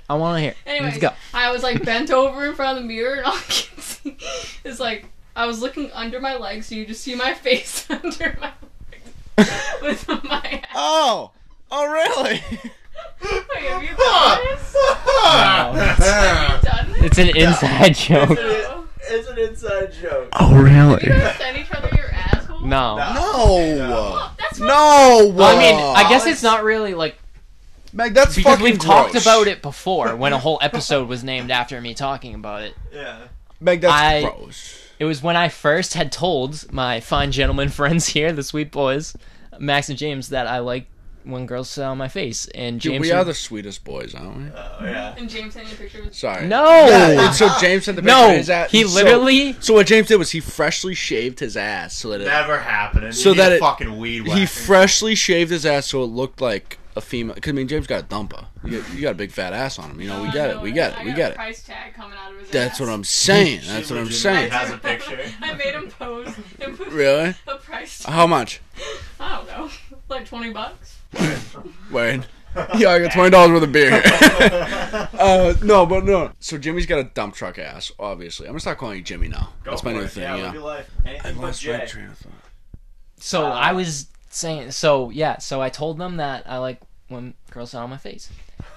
E: I want to hear.
C: Anyways,
E: Let's go.
C: I was like bent over in front of the mirror, and all I can see is like I was looking under my legs, so you just see my face under my legs with my. Ass.
B: Oh, oh, really?
C: Wait, have you done this? Have you done this?
E: It's an inside joke.
C: No.
A: It's an inside joke.
B: Oh,
C: You
B: really?
C: guys send each other your asshole.
E: No.
A: No.
B: No,
C: Well, that's what
B: no.
E: Well, I mean, I guess
A: Well,
E: it's not really like
B: Meg, that's
E: because
B: fucking
E: we've
B: gross.
E: talked about it before when a whole episode was named after me talking about it.
A: Yeah.
B: Meg, that's
E: I-
B: gross.
E: It was when I first had told my fine gentlemen friends here, the sweet boys, Max and James, that I like when girls sit on my face. And
B: Dude,
E: James,
B: we are the sweetest boys, aren't we?
A: Oh yeah.
C: And James sent you a picture with.
B: Sorry.
E: No!
B: Yeah, and so James sent the picture
E: no,
B: of his ass.
E: he
B: so-
E: literally
B: So, what James did was he freshly shaved his ass so that it,
A: Never happening.
B: So
A: So
B: that
A: that
B: it-
A: fucking weed.
B: he
A: whacking.
B: freshly shaved his ass so it looked like a female. Because I mean, James got a dumper. You got, you got a big fat ass on him. You know, we get it. We get it. We get it.
C: Price tag coming out of his
B: That's
C: ass.
B: what I'm saying.
A: She
B: That's what I'm
A: legitimately
B: saying.
A: Has a picture.
C: I made him pose. And put
B: Really?
C: A price tag.
B: How much?
C: I don't know, like twenty bucks.
B: Word. Yeah, I got twenty dollars worth of beer. uh, no, but no. So Jimmy's got a dump truck ass. Obviously, I'm gonna start calling you Jimmy now.
A: Go
B: That's my
A: for
B: new
A: it.
B: thing.
A: Yeah,
B: Yeah.
A: live your life. Anything
B: I've
A: but
B: lost my
A: Jay.
B: train of thought.
E: So
B: Uh,
E: I was saying, so yeah, so I told them that I like when girls sit on my face.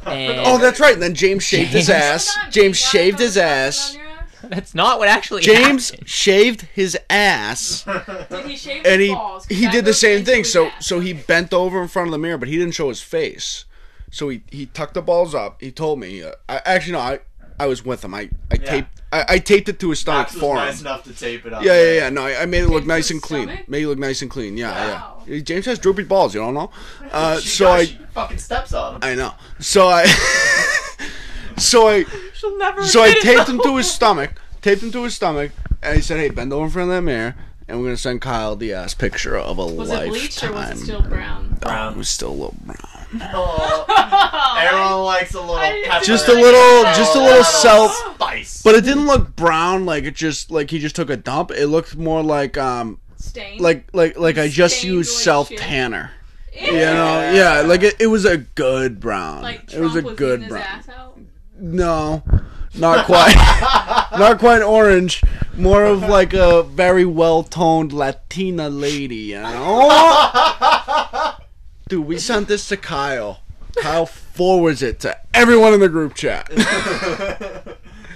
E: And
B: Oh, that's right. And then James shaved his
E: James.
B: ass. James shaved his ass.
E: that's not what actually.
B: James
E: happened.
B: shaved his ass,
C: Did he shave
B: and
C: his
B: he
C: balls? 'Cause
B: he
C: that
B: did the
C: goes
B: same
C: into
B: thing.
C: his
B: So
C: ass.
B: so he bent over in front of the mirror, but he didn't show his face. So he he tucked the balls up. He told me. Uh, I actually no, I I was with him. I I
A: Yeah.
B: taped I, I taped it to his stomach
A: Max was
B: for
A: nice
B: him.
A: enough to tape it up.
B: Yeah, yeah, yeah. No, I I made it look
C: Taped
B: nice
C: his
B: and clean.
C: stomach?
B: Made it look nice and clean. Yeah,
C: Wow.
B: yeah. James has droopy balls. You don't know. Uh,
A: She
B: so
A: does,
B: I
A: she fucking steps on him.
B: I know. So I so I
E: She'll never.
B: so I
E: admit it,
B: taped
E: though.
B: him to his stomach, taped him to his stomach, and he said, "Hey, bend over in front of that mirror, and we're gonna send Kyle the ass picture of a
C: Was
B: lifetime."
C: it bleached or was it still brown?
B: Oh, it was still a little brown.
A: Oh, everyone likes a little.
C: I didn't
A: pepper.
B: Just a little, just a little self.
A: spice.
B: But it didn't look brown, like it just like he just took a dump. It looked more like um,
C: Stained.
B: like like like I just
C: Stained
B: used
C: like
B: self
C: shit.
B: tanner.
C: Ew.
B: You know, yeah, like it, it was a good brown.
C: Like
B: it was
C: Trump
B: a
C: was
B: good
C: eating his
B: brown. Oh
C: ass out.
B: No, not quite. not quite orange. More of like a very well toned Latina lady, you know? Dude, we sent this to Kyle. Kyle forwards it to everyone in the group chat.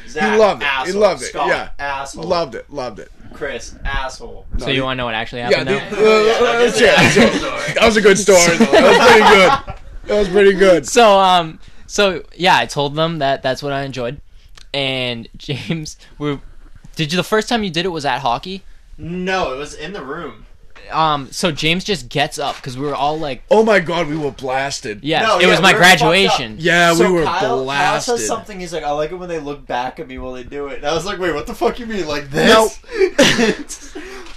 A: Zach,
B: loved it. He
A: Asshole.
B: loved it,
A: Scott,
B: yeah.
A: Asshole.
B: loved it, loved it.
A: Chris. Asshole.
E: So you want to know what actually
B: Yeah,
E: happened?
B: the,
E: now?
B: uh, that's it, that's it. That was a good story. Though. That was pretty good. That was pretty good.
E: so um, so yeah, I told them that that's what I enjoyed. And James, we did you the first time you did it was at hockey?
A: No, it was in the room.
E: Um, so James just gets up because we were all like,
B: Oh my god, we were blasted.
E: yes,
A: No,
E: it
A: yeah,
E: was my
A: we were fucked up.
E: graduation.
B: Yeah, we
A: so
B: were
A: Kyle,
B: blasted.
A: Kyle says something. He's like, "I like it when they look back at me while they do it." And I was like, "Wait, what the fuck you mean like this?"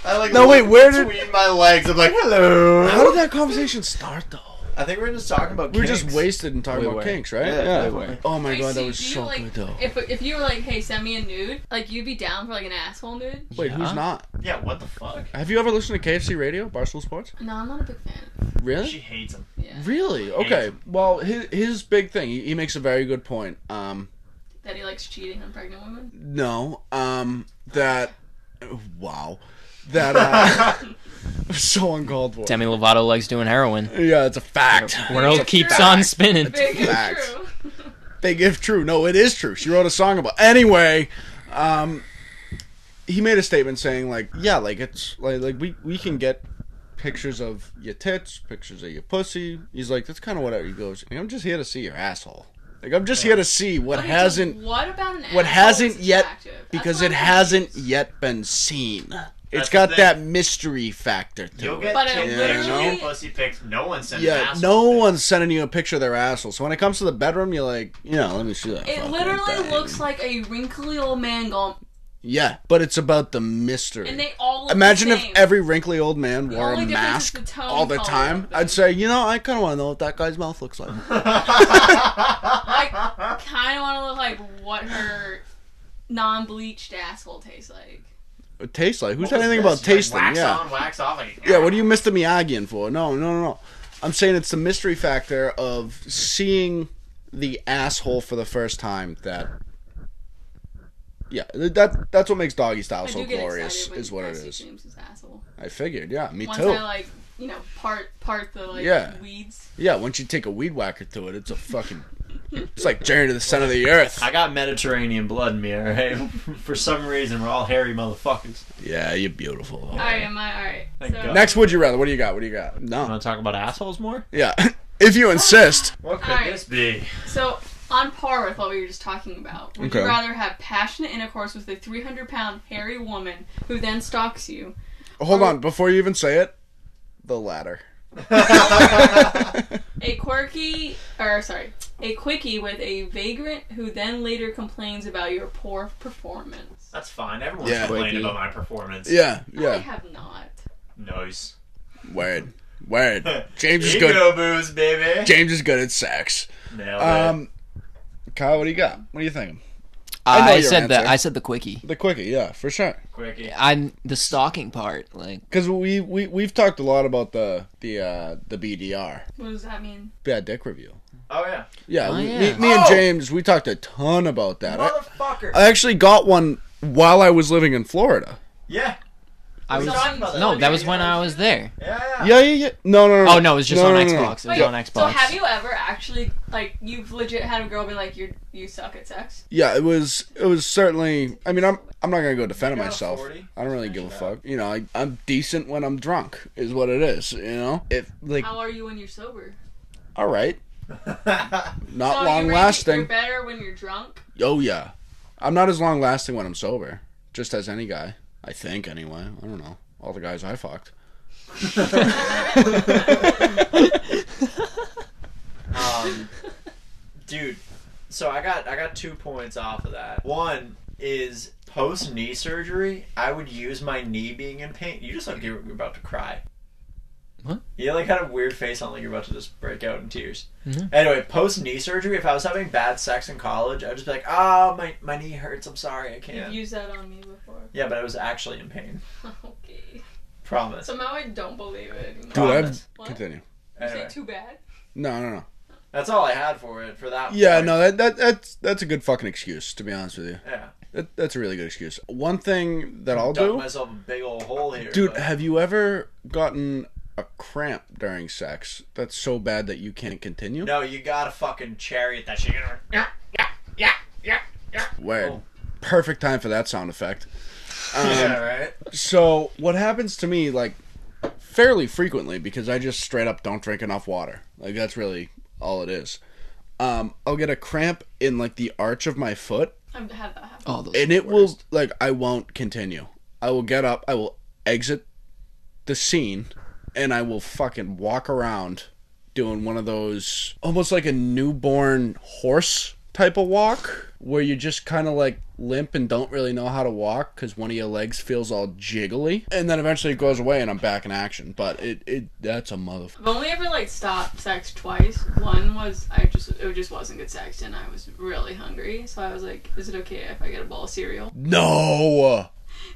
A: I like
B: No, wait,
A: look
B: where did-
A: between my legs? I'm like, "Hello."
B: How did that conversation start though?
A: I think we we're just talking about.
B: We were just
A: kinks.
B: wasted and talking
E: We
B: about
E: were.
B: kinks, right?
A: Yeah, we were.
B: Oh my
C: Wait,
B: god,
C: so
B: that was
C: do you,
B: so
C: like,
B: good though.
C: If if you were like, hey, send me a nude, like you'd be down for like an asshole nude.
B: Wait, who's
E: Yeah.
B: not?
A: Yeah, what the fuck?
B: Have you ever listened to KFC Radio, Barstool Sports?
C: No, I'm not a big fan.
A: She
B: Really?
A: hates him.
C: Yeah,
B: Really? Okay. Well, his his big thing. He, he makes a very good point. Um,
C: that he likes cheating on pregnant women.
B: no. Um, that. oh, Wow. That. Uh, so uncalled for.
E: Demi Lovato likes doing heroin.
B: Yeah, it's a fact.
E: World keeps on spinning.
C: Big and
B: Facts.
C: true.
B: Big if true. No, it is true. She wrote a song about. Anyway, um, he made a statement saying like, yeah, like it's like like we we can get pictures of your tits, pictures of your pussy. He's like, that's kind of whatever. He goes, I'm just here to see your asshole. Like I'm just here to see what
C: But he
B: hasn't
C: just- What about an asshole
B: what
C: is
B: hasn't yet
C: attractive? Oh, That's
B: because
C: what
B: it
C: I'm
B: hasn't yet been seen.
A: That's
B: It's
A: the
B: got
A: thing.
B: that mystery factor to
A: You'll
B: it.
A: get
C: But it
A: chick
B: literally-
A: pictures and pussy pics. No one sends. an
B: Yeah,
A: asshole
B: no
A: pic.
B: one's sending you a picture of their asshole. So when it comes to the bedroom, you're like, you know, let me see that.
C: It
B: fucking
C: literally
B: thing.
C: looks like a wrinkly old man going,
B: Yeah, but it's about the mystery.
C: and they all look
B: Imagine
C: the
B: if
C: same.
B: every wrinkly old man wore
C: only
B: a
C: difference is
B: mask
C: the tone
B: all the
C: color
B: time.
C: of it.
B: I'd say, you know, I kind of want to know what that guy's mouth looks like.
C: I kind of want to look like what her non-bleached asshole tastes like.
B: It tastes like. Who
A: What
B: said
A: was
B: anything
A: this?
B: about
A: You, like,
B: tasting?
A: Wax
B: yeah,
A: on, wax off. Like,
B: yeah. What are you Mr. Miyagiing for? No, no, no, no. I'm saying it's the mystery factor of seeing the asshole for the first time. That. Yeah, th- that that's what makes doggy style
C: I
B: so
C: do get
B: glorious,
C: excited when
B: is what
C: I
B: it
C: see
B: is.
C: James's asshole.
B: I figured, yeah, me
C: Once
B: too.
C: I like, you know, part part the like
B: Yeah.
C: weeds.
B: Yeah, once you take a weed whacker to it, it's a fucking. It's like journey to the center of the earth.
A: I got Mediterranean blood in me, alright? For some reason, we're all hairy motherfuckers.
B: Yeah, you're beautiful.
C: All right, am I all right?
A: Thank
C: so,
A: God.
B: Next, would you rather? What do you got? What do you got?
A: You
B: No.
A: want to talk about assholes more?
B: Yeah, if you insist.
A: What could
C: Alright.
A: this be?
C: So on par with what we were just talking about, would you
B: Okay.
C: rather have passionate intercourse with a 300-pound hairy woman who then stalks you,
B: Hold on, before you even say it, the latter.
C: a quirky or sorry, a quickie with a vagrant who then later complains about your poor performance?
A: That's fine. Everyone's
B: Yeah.
A: complaining
E: Quickie.
A: about my performance.
B: Yeah,
C: I
B: yeah.
C: have not.
A: Nice.
B: Word, word. James is
A: Ego
B: good.
A: booze, baby.
B: James is good at sex.
A: Nailed it.
B: Um, Kyle, what do you got? What are you thinking? I know
E: I
B: your
E: said the
B: answer.
E: I said the quickie.
B: The quickie, yeah, for sure.
A: Quickie.
E: I'm the stalking part. Like
B: Because we we we've talked a lot about the the uh, the BDR
C: What does that mean?
B: bad dick review.
A: Oh yeah.
B: Yeah,
E: Oh,
B: we-
E: yeah.
B: Me, me and
A: Oh!
B: James we talked a ton about that. I,
A: Motherfucker.
B: I actually got one while I was living in Florida.
A: yeah.
E: I
A: We
E: was
A: talked about
E: no, that was when I was there.
A: Yeah.
B: Yeah, yeah, yeah. No, no, no.
E: Oh no, it was just on Xbox. It was
C: Wait,
E: on Xbox.
C: So have you ever actually like you've legit had a girl be like you you suck at sex?
B: Yeah, it was. It was certainly. I mean, I'm. I'm not gonna go defend
A: You got a
B: myself.
A: 40?
B: I don't really give a fuck. You know, I, I'm decent when I'm drunk, is what it is. You know, if like,
C: How are you when you're sober?
B: all right, not
C: So
B: long
C: you're- You're
B: lasting.
C: better when you're drunk.
B: Oh yeah, I'm not as long lasting when I'm sober. Just as any guy, I think. Anyway, I don't know. All the guys I fucked.
A: um, dude, so I got I got two points off of that. One is post knee surgery. I would use my knee being in pain. You just look like you're about to cry.
E: What?
A: You like had a weird face on, like you're about to just break out in tears.
B: Mm-hmm.
E: Mhm.
A: Anyway, post knee surgery. If I was having bad sex in college, I'd just be like, "Ah, my my knee hurts. I'm sorry, I can't."
C: You've used that on me before.
A: yeah, but I was actually in pain.
C: okay.
A: Promise.
C: Somehow I don't believe it. Anymore.
B: Dude, I've
A: Promise.
C: What?
B: continue.
C: You say
A: Anyway,
C: too bad.
B: No, no, no.
A: that's all I had for it for that.
B: Yeah,
A: point.
B: no. That that that's that's a good fucking excuse. To be honest with you,
A: Yeah.
B: that, that's a really good excuse. One thing that I'll
A: Dug
B: do.
A: myself a big old hole here,
B: Dude,
A: but-
B: have you ever gotten a cramp during sex that's so bad that you can't continue?
A: No, you gotta fucking chariot that shit. You're gonna-
B: Word.
A: Oh.
B: Perfect time for that sound effect. Um,
A: yeah, right.
B: So, what happens to me, like, fairly frequently, because I just straight up don't drink enough water. Like, that's really all it is. Um, I'll get a cramp in, like, the arch of my foot,
C: I've had that happen.
E: Oh, those
B: and
E: are
B: it
E: the
B: will,
E: worst.
B: like, I won't continue. I will get up, I will exit the scene, and I will fucking walk around doing one of those almost like a newborn horse type of walk where you just kind of like limp and don't really know how to walk because one of your legs feels all jiggly and then eventually it goes away and i'm back in action but it, it that's a motherfucker
C: I've only ever like stopped sex twice. One was I just it just wasn't good sex and I was really hungry, so I was like, "Is it okay if I get a bowl of cereal?"
B: no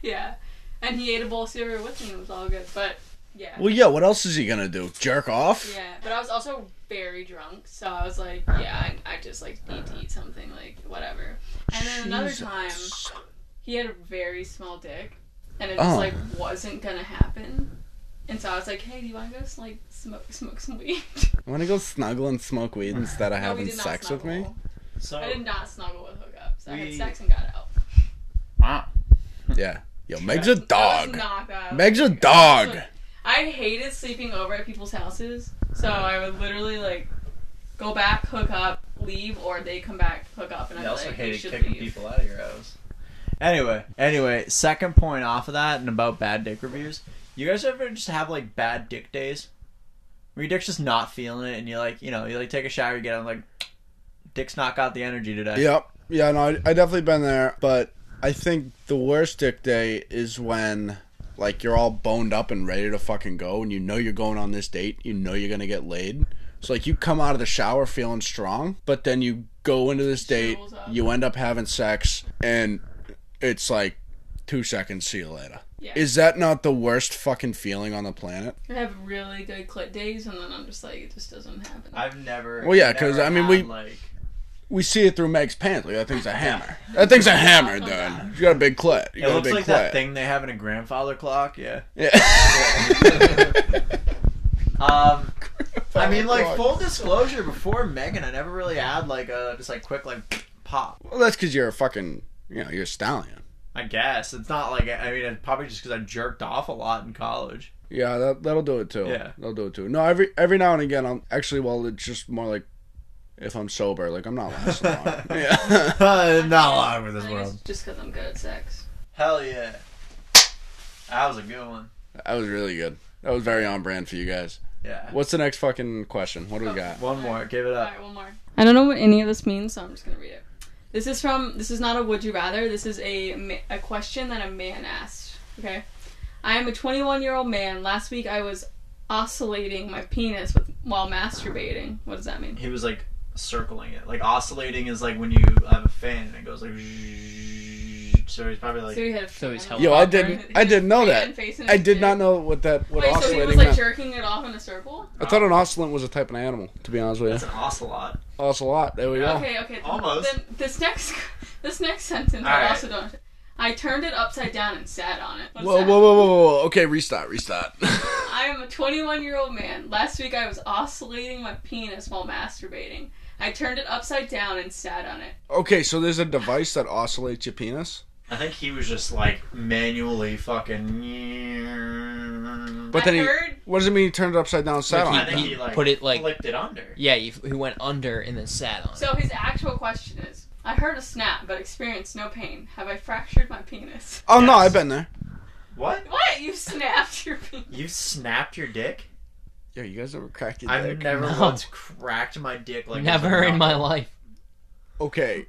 C: Yeah, and he ate a bowl of cereal with me. and It was all good, but yeah,
B: well yeah what else is he gonna do jerk off
C: yeah. But I was also very drunk, so I was like, "Yeah, I, I just like need to eat something, like whatever." And then another time,
B: Jesus.
C: he had a very small dick, and it
B: Oh.
C: just like wasn't gonna happen. And so I was like, "Hey, do you want to go like smoke smoke some weed?"
B: i want to go snuggle and smoke weed instead of
C: No, we
B: having
C: did not
B: sex with me
C: snuggle.
A: So
C: I did not snuggle with hookups. I
A: We-
C: had sex and got out.
D: Wow.
B: yeah yo meg's a
C: That was
B: dog
C: not bad.
B: meg's a dog
C: I hated sleeping over at people's houses, so I would literally like go back, hook up, leave, or they come back, hook up, and
A: I
C: I'm
A: also
C: like, we
A: hated
C: should
A: kicking
C: leave.
A: people out of your house. Anyway, anyway, second point off of that and about bad dick reviews. You guys ever just have like bad dick days? Where your dick's just not feeling it and you like, you know, you like take a shower, you get on like dick's not got the energy today.
B: Yep. Yeah, no, I, I definitely been there, but I think the worst dick day is when like you're all boned up and ready to fucking go and you know you're going on this date, you know you're going to get laid. So like you come out of the shower feeling strong, but then you go into this date,
C: Shrivels up.
B: you end up having sex and it's like 2 seconds see you later.
C: Yeah.
B: Is that not the worst fucking feeling on the planet?
C: I have really good clit days, and then I'm just like, it just doesn't happen.
A: I've never
B: Well, yeah,
A: never
B: 'cause, I mean,
A: had,
B: we-
A: like
B: We see it through Meg's pants. Like, that thing's a hammer. That thing's a hammer, dude. You got a big clit. You
A: Oh, it
B: got a
A: looks
B: big
A: like
B: clit.
A: that thing they have in a grandfather clock, yeah.
B: Yeah.
A: Um I mean, like
B: God.
A: full disclosure, before Megan, I never really had like a just like quick like pop.
B: Well, that's because you're a fucking, you know, you're a stallion.
A: I guess it's not like I mean, it's probably just because I jerked off a lot in college.
B: Yeah, that that'll do it too.
A: Yeah.
B: that'll do it too. No, every every now and again, I'm actually well, it's just more like if I'm sober, like I'm not lasting long. yeah.
A: not
C: I
A: alive with
C: think it's just because I'm good at sex.
A: Hell yeah, that was a good one.
B: that was really good. That was very on brand for you guys.
A: Yeah,
B: What's the next fucking question? What do we got?
A: one more, give
E: Uh,
A: it up.
C: Alright, one more. I don't know what any of this means, so I'm just gonna read it. This is from. This is not a would you rather. This is a ma- a question that a man asked. Okay, I am a 21 year old man. Last week I was oscillating my penis with, while masturbating. What does that mean?
A: He was like circling it. Like oscillating is like when you have a fan and it goes like. zzzz. So he's probably
C: So
A: like.
C: he had a
E: So he's
C: fan.
E: held Yo,
B: I didn't-
C: He
B: I
C: had
B: didn't know
C: fan
B: that.
C: face in
B: I
C: his
B: did not
C: dick.
B: know what that what
C: Wait, so he
B: oscillating
C: was like
B: meant.
C: jerking it off in a circle?
B: I thought an oscillant was a type of animal. To be honest with
A: That's
B: you,
A: an ocelot.
B: ocelot. There we go.
C: Okay, okay. th-
A: Almost.
C: Then this next, this next sentence I
A: Alright.
C: also don't. I turned it upside down and sat on it. What is
B: Whoa, whoa,
C: that?
B: whoa, whoa, whoa, whoa. Okay, restart, restart.
C: I am a 21 year old man. Last week I was oscillating my penis while masturbating. I turned it upside down and sat on it.
B: okay, so there's a device that oscillates your penis,
A: I think he was just like manually fucking.
B: but
C: I
B: then he.
C: heard-
B: What does it mean? He turned it upside down, and sat
E: Like
A: I
B: on it.
A: think
B: then?
A: he like
E: Put it, like-
A: flipped it under.
E: Yeah, he, he went under and then sat on. it.
C: So his actual question is I heard a snap but experienced no pain. Have I fractured my penis?
B: Oh no,
A: Yes.
B: I've been there.
A: What?
C: What? You snapped your penis.
A: You snapped your dick?
B: Yo, you guys ever cracked your
A: I've
B: dick?
A: never
E: No.
A: once cracked my dick like
E: Never in my
A: life.
E: life.
B: Okay,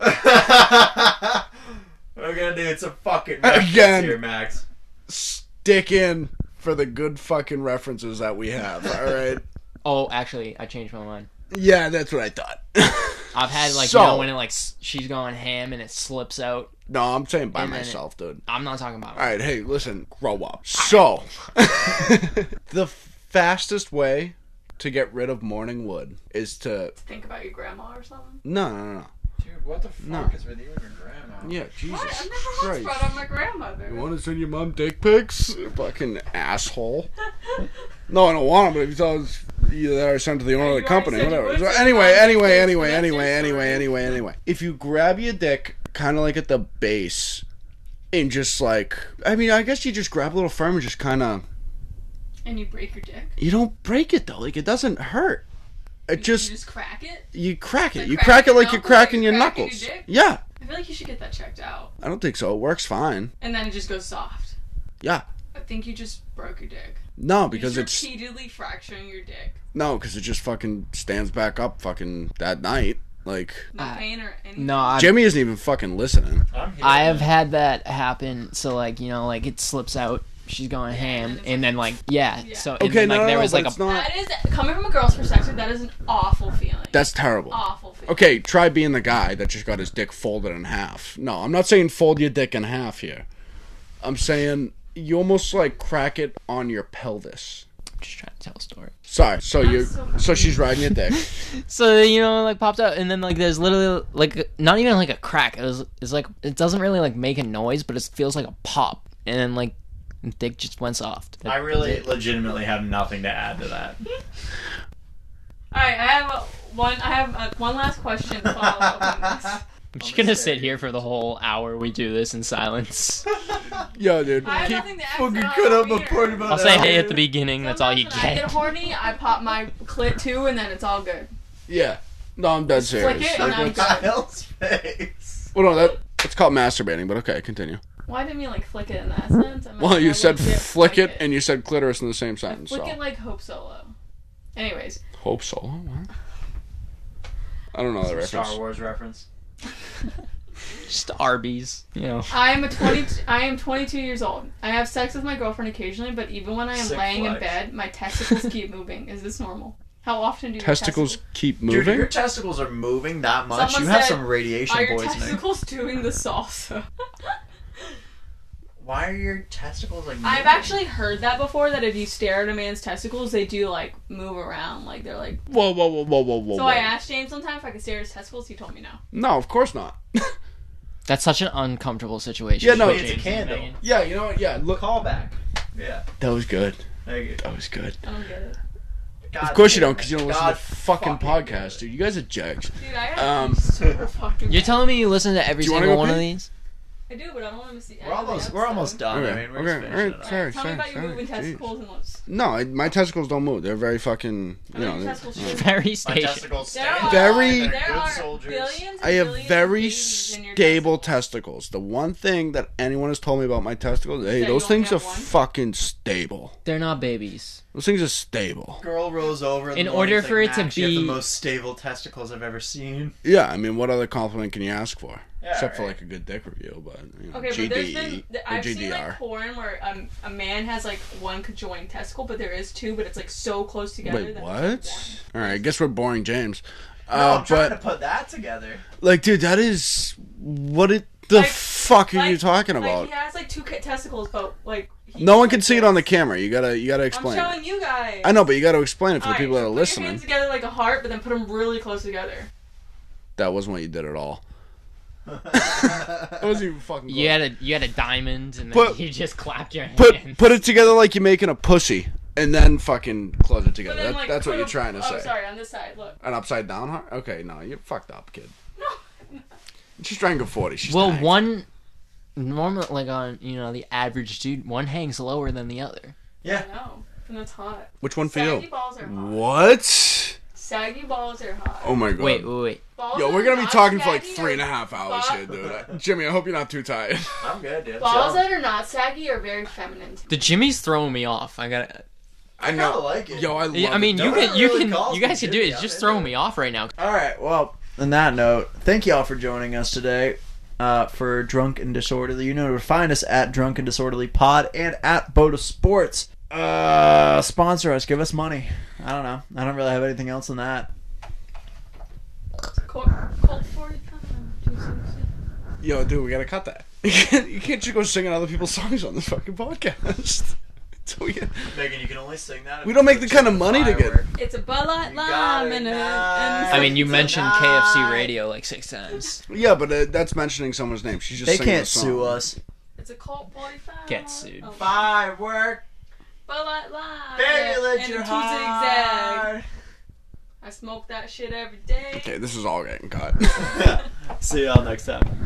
A: We're gonna do it's a fucking reference
B: Again.
A: here, Max.
B: stick in for the good fucking references that we have. All right.
E: Oh, actually, I changed my mind.
B: Yeah, that's what I thought.
E: I've had like
B: So-
E: you know when it like s- she's going ham and it slips out.
B: no, I'm saying by
E: And then it-
B: myself, dude.
E: I'm not talking about.
B: All right, hey, listen, grow up. So, the fastest way to get rid of morning wood is to
C: Think about your grandma or something.
B: no, no, no, no.
A: Dude, what the fuck
B: No.
A: is with you and your grandma?
B: Yeah, Jesus
C: What? I've never once
B: Christ.
C: brought up my grandmother.
B: You want to send your mom dick pics? Fucking asshole. No, I don't want them, but if you tell us either that or send it to the owner of the
C: You already
B: company,
C: said you
B: whatever.
C: would
B: So
C: send
B: anyway,
C: mom
B: anyway,
C: dick pics,
B: anyway,
C: but that's
B: anyway,
C: your
B: anyway,
C: story.
B: anyway, anyway. If you grab your dick kind of like at the base and just like, I mean, I guess you just grab a little firm and just kind of,
C: and you break your dick.
B: you don't break it though. Like, it doesn't hurt. It
C: You-
B: just,
C: you just crack it.
B: you crack it.
C: Like
B: You
C: crack
B: crack it
C: your
B: like you're
C: knuckle, like
B: cracking
C: you're
B: your
C: cracking
B: knuckles.
C: your dick?
B: Yeah.
C: I feel like you should get that checked out.
B: I don't think so. It works fine.
C: And then it just goes soft.
B: Yeah.
C: I think you just broke your dick.
B: No,
C: You're
B: because it's
C: just repeatedly fracturing your dick.
B: No, because it just fucking stands back up fucking that night. Like,
C: No
E: Uh,
C: pain or anything.
E: No, I
B: Jimmy isn't even fucking listening.
A: I'm here.
E: I have had that happen. So like you know like it slips out. She's going ham
C: it's
E: and then like yeah.
C: Yeah.
E: So and
B: Okay,
E: then,
B: no,
E: like
B: no,
E: there
B: no,
E: was
B: but
E: like
B: it's
E: a
B: not.
C: That is coming from a girl's perspective. That is an awful feeling.
B: That's terrible.
C: awful feeling.
B: Okay, try being the guy that just got his dick folded in half. No, I'm not saying fold your dick in half here. I'm saying you almost like crack it on your pelvis.
E: just trying to tell a story.
B: Sorry. So you,
C: so
B: so she's riding your dick.
E: So you know like popped out and then like there's literally like not even like a crack. It was it's like it doesn't really like make a noise, but it feels like a pop. And then like the dick just went soft.
A: I really legitimately have nothing to add to that.
C: All right, I have a, one. I have a, one last question. To follow up on this.
E: I'm just gonna sit here for the whole hour we do this in silence.
B: Yo, dude.
C: I have
B: keep-
C: nothing to ask about weird.
A: about
E: I'll say hey at the beginning. That's all you
C: Sometimes when I get
E: get.
C: horny. I pop my clit too, and then it's all good.
B: yeah. No, I'm dead serious.
C: flick it
B: Like,
C: and I'm
B: what's-
A: Kyle's face.
B: well, no, that it's called masturbating. But okay, continue.
C: Why didn't you like flick it in that sense? I meant
B: Well,
C: I
B: you said
C: legit
B: flick it and you said clitoris in the same
C: I
B: sentence.
C: flick
B: So.
C: it like Hope Solo. Anyways,
B: Hope so. What? I don't know that
A: Star
B: reference.
A: Wars reference.
E: Just Arby's, you know.
C: I am a 20 I am 22 years old. I have sex with my girlfriend occasionally, but even when I am
A: Sick
C: laying in
A: flex.
C: bed, my testicles keep moving. Is this normal? How often do your
B: Testicles keep
A: Dude, if
B: moving.
A: your testicles are moving that much,
C: Someone
A: you have
C: said,
A: some radiation
C: Are your
A: poisoning.
C: testicles doing the salsa?
A: Why are your testicles like?
C: I've
A: moving?
C: actually heard that before. That if you stare at a man's testicles, they do like move around. Like they're like.
B: Whoa, whoa, whoa, whoa, whoa,
A: Oh
B: whoa.
C: So
B: whoa.
C: I asked James sometime if I could stare at his testicles. He told me no.
B: No, of course not.
E: That's such an uncomfortable situation.
B: Yeah, no,
E: for
B: it's a
E: James and
A: candle.
E: Megan.
B: yeah, you know what? Yeah, look.
A: callback. Yeah.
B: That was good.
A: Thank you.
B: That was good.
C: I don't get it,
A: God
B: of course you
A: damn
B: don't, because you don't
A: it.
B: listen
A: God
B: to fucking
A: fucking
B: podcasts, dude. You guys are jerks.
C: dude. I
B: Um,
C: am so fucking.
E: You're telling me you listen to every
B: Do you wanna
E: single
B: go
E: one of
B: pee?
E: these?
C: I do, but I don't want to see.
A: We're almost. We're almost done. I mean, we're
B: okay, all
A: just finishing
B: right,
A: it up.
B: sorry,
C: Tell me
B: sorry,
C: about your
B: sorry.
C: moving
B: Jeez.
C: testicles and what's.
B: No, I, my testicles don't move. They're very fucking. You know.
C: your
B: they're-
C: testicles
B: yeah.
C: should-
E: Very
A: My
E: station.
A: testicles
C: There
A: stand.
C: are,
B: Very-
A: They're
C: there
A: good
C: are
A: soldiers.
C: billions and
B: I have
C: billions of
B: very
C: babies in your
B: stable
C: testicles.
B: testicles. The one thing that anyone has told me about my testicles, hey,
C: that you
B: those
C: only
B: things are
C: have one?
B: fucking stable.
E: They're not babies.
B: Those things are stable.
A: Girl rolls over.
E: In order for it to
A: you have
E: be-
A: the most stable testicles I've ever seen.
B: Yeah, I mean, what other compliment can you ask for? Except for like a good dick review, but you know,
C: Okay,
B: GDE
C: but there's been th-
B: or
C: I've
B: GDR.
C: seen like porn where um, a man has like one conjoined testicle, but there is two, but it's like so close together.
B: Wait,
C: that it's just
B: what? All right, I guess we're boring James.
A: No,
B: Uh,
A: I'm trying
B: but
A: to put that together.
B: like, dude, that is what it. The
C: Like-
B: fuck are
C: like-
B: you talking
C: one.
B: about?
C: Like he has like two ca- testicles, but like he-
B: no one can see it on the camera. You gotta, you gotta explain.
C: I'm
B: It.
C: showing you guys.
B: I know, but you gotta explain it for the
C: Alright,
B: people that are
C: put Your
B: listening.
C: hands together like a heart, but then put them really close together.
B: That wasn't what you did at all. That wasn't even fucking.
E: You had a you had a diamond, and then
B: Put-
E: you just clapped your hand.
B: Put put it together like you're making a pussy, and then fucking close it
C: But
B: together.
C: then,
B: That-
C: like,
B: that's
C: put
B: what you're
C: a-
B: trying to
C: oh,
B: say.
C: sorry, on this side. Look.
B: An upside down heart? Okay, no, you're fucked up, kid.
C: No.
B: She's trying to go forty. She's
E: well,
B: dying.
E: one normal like on you know the average dude, one hangs lower than the other.
A: Yeah.
C: No. And it's hot.
B: Which one for
C: Saggy
B: you?
C: balls are hot.
B: What?
C: Saggy balls are hot.
B: Oh my god.
E: Wait, wait, wait.
A: Oh
C: Balls
B: Yo,
C: that
B: we're
C: are
B: gonna be
C: not
B: talking for like
C: saggy
B: three and a
C: are-
B: half hours
C: Bob-
B: here, dude. Uh, Jimmy, I hope you're not too tired.
A: I'm good, dude.
C: Balls that are not saggy are very feminine.
E: The Jimmy's throwing me off. I got. to
B: I
A: I kind of like it.
B: Yo, I love.
E: I I mean,
B: it.
E: you
A: Nobody
E: can, you
A: really
E: can,
A: calls
E: you guys
A: me
E: can do it.
A: Jimmy.
E: It's
A: I
E: just
A: didn't
E: throwing
A: know.
E: me off right now.
A: All right. Well, on that note, thank y'all for joining us today uh, for Drunk and Disorderly. You know where to find us at Drunk and Disorderly Pod and at Boda Sports. Uh, sponsor us. Give us money. I don't know. I don't really have anything else than that.
C: Cold, cold for you.
B: Yo, dude, we gotta cut that. You can't, you can't just go singing other people's songs on this fucking podcast. So we,
A: Megan, you can only sing that.
B: we don't make the kind of money to get.
C: It's a Bud Light
A: You got
C: lime
A: it,
C: and a.
A: nice.
C: And
E: I mean, you mentioned KFC
A: Tonight.
E: Radio like six times.
B: Yeah, but uh, that's mentioning someone's name. She's just
A: They
B: singing
A: can't
B: a song.
A: sue us.
C: It's a cold forty five.
E: Get sued.
C: Oh,
A: Firework.
C: Bud Light lime.
A: Baby,
C: and-
A: let
C: and
A: your
C: two zigzag.
A: heart.
C: I smoke that shit every day.
B: Okay, this is all getting cut.
A: See y'all next time.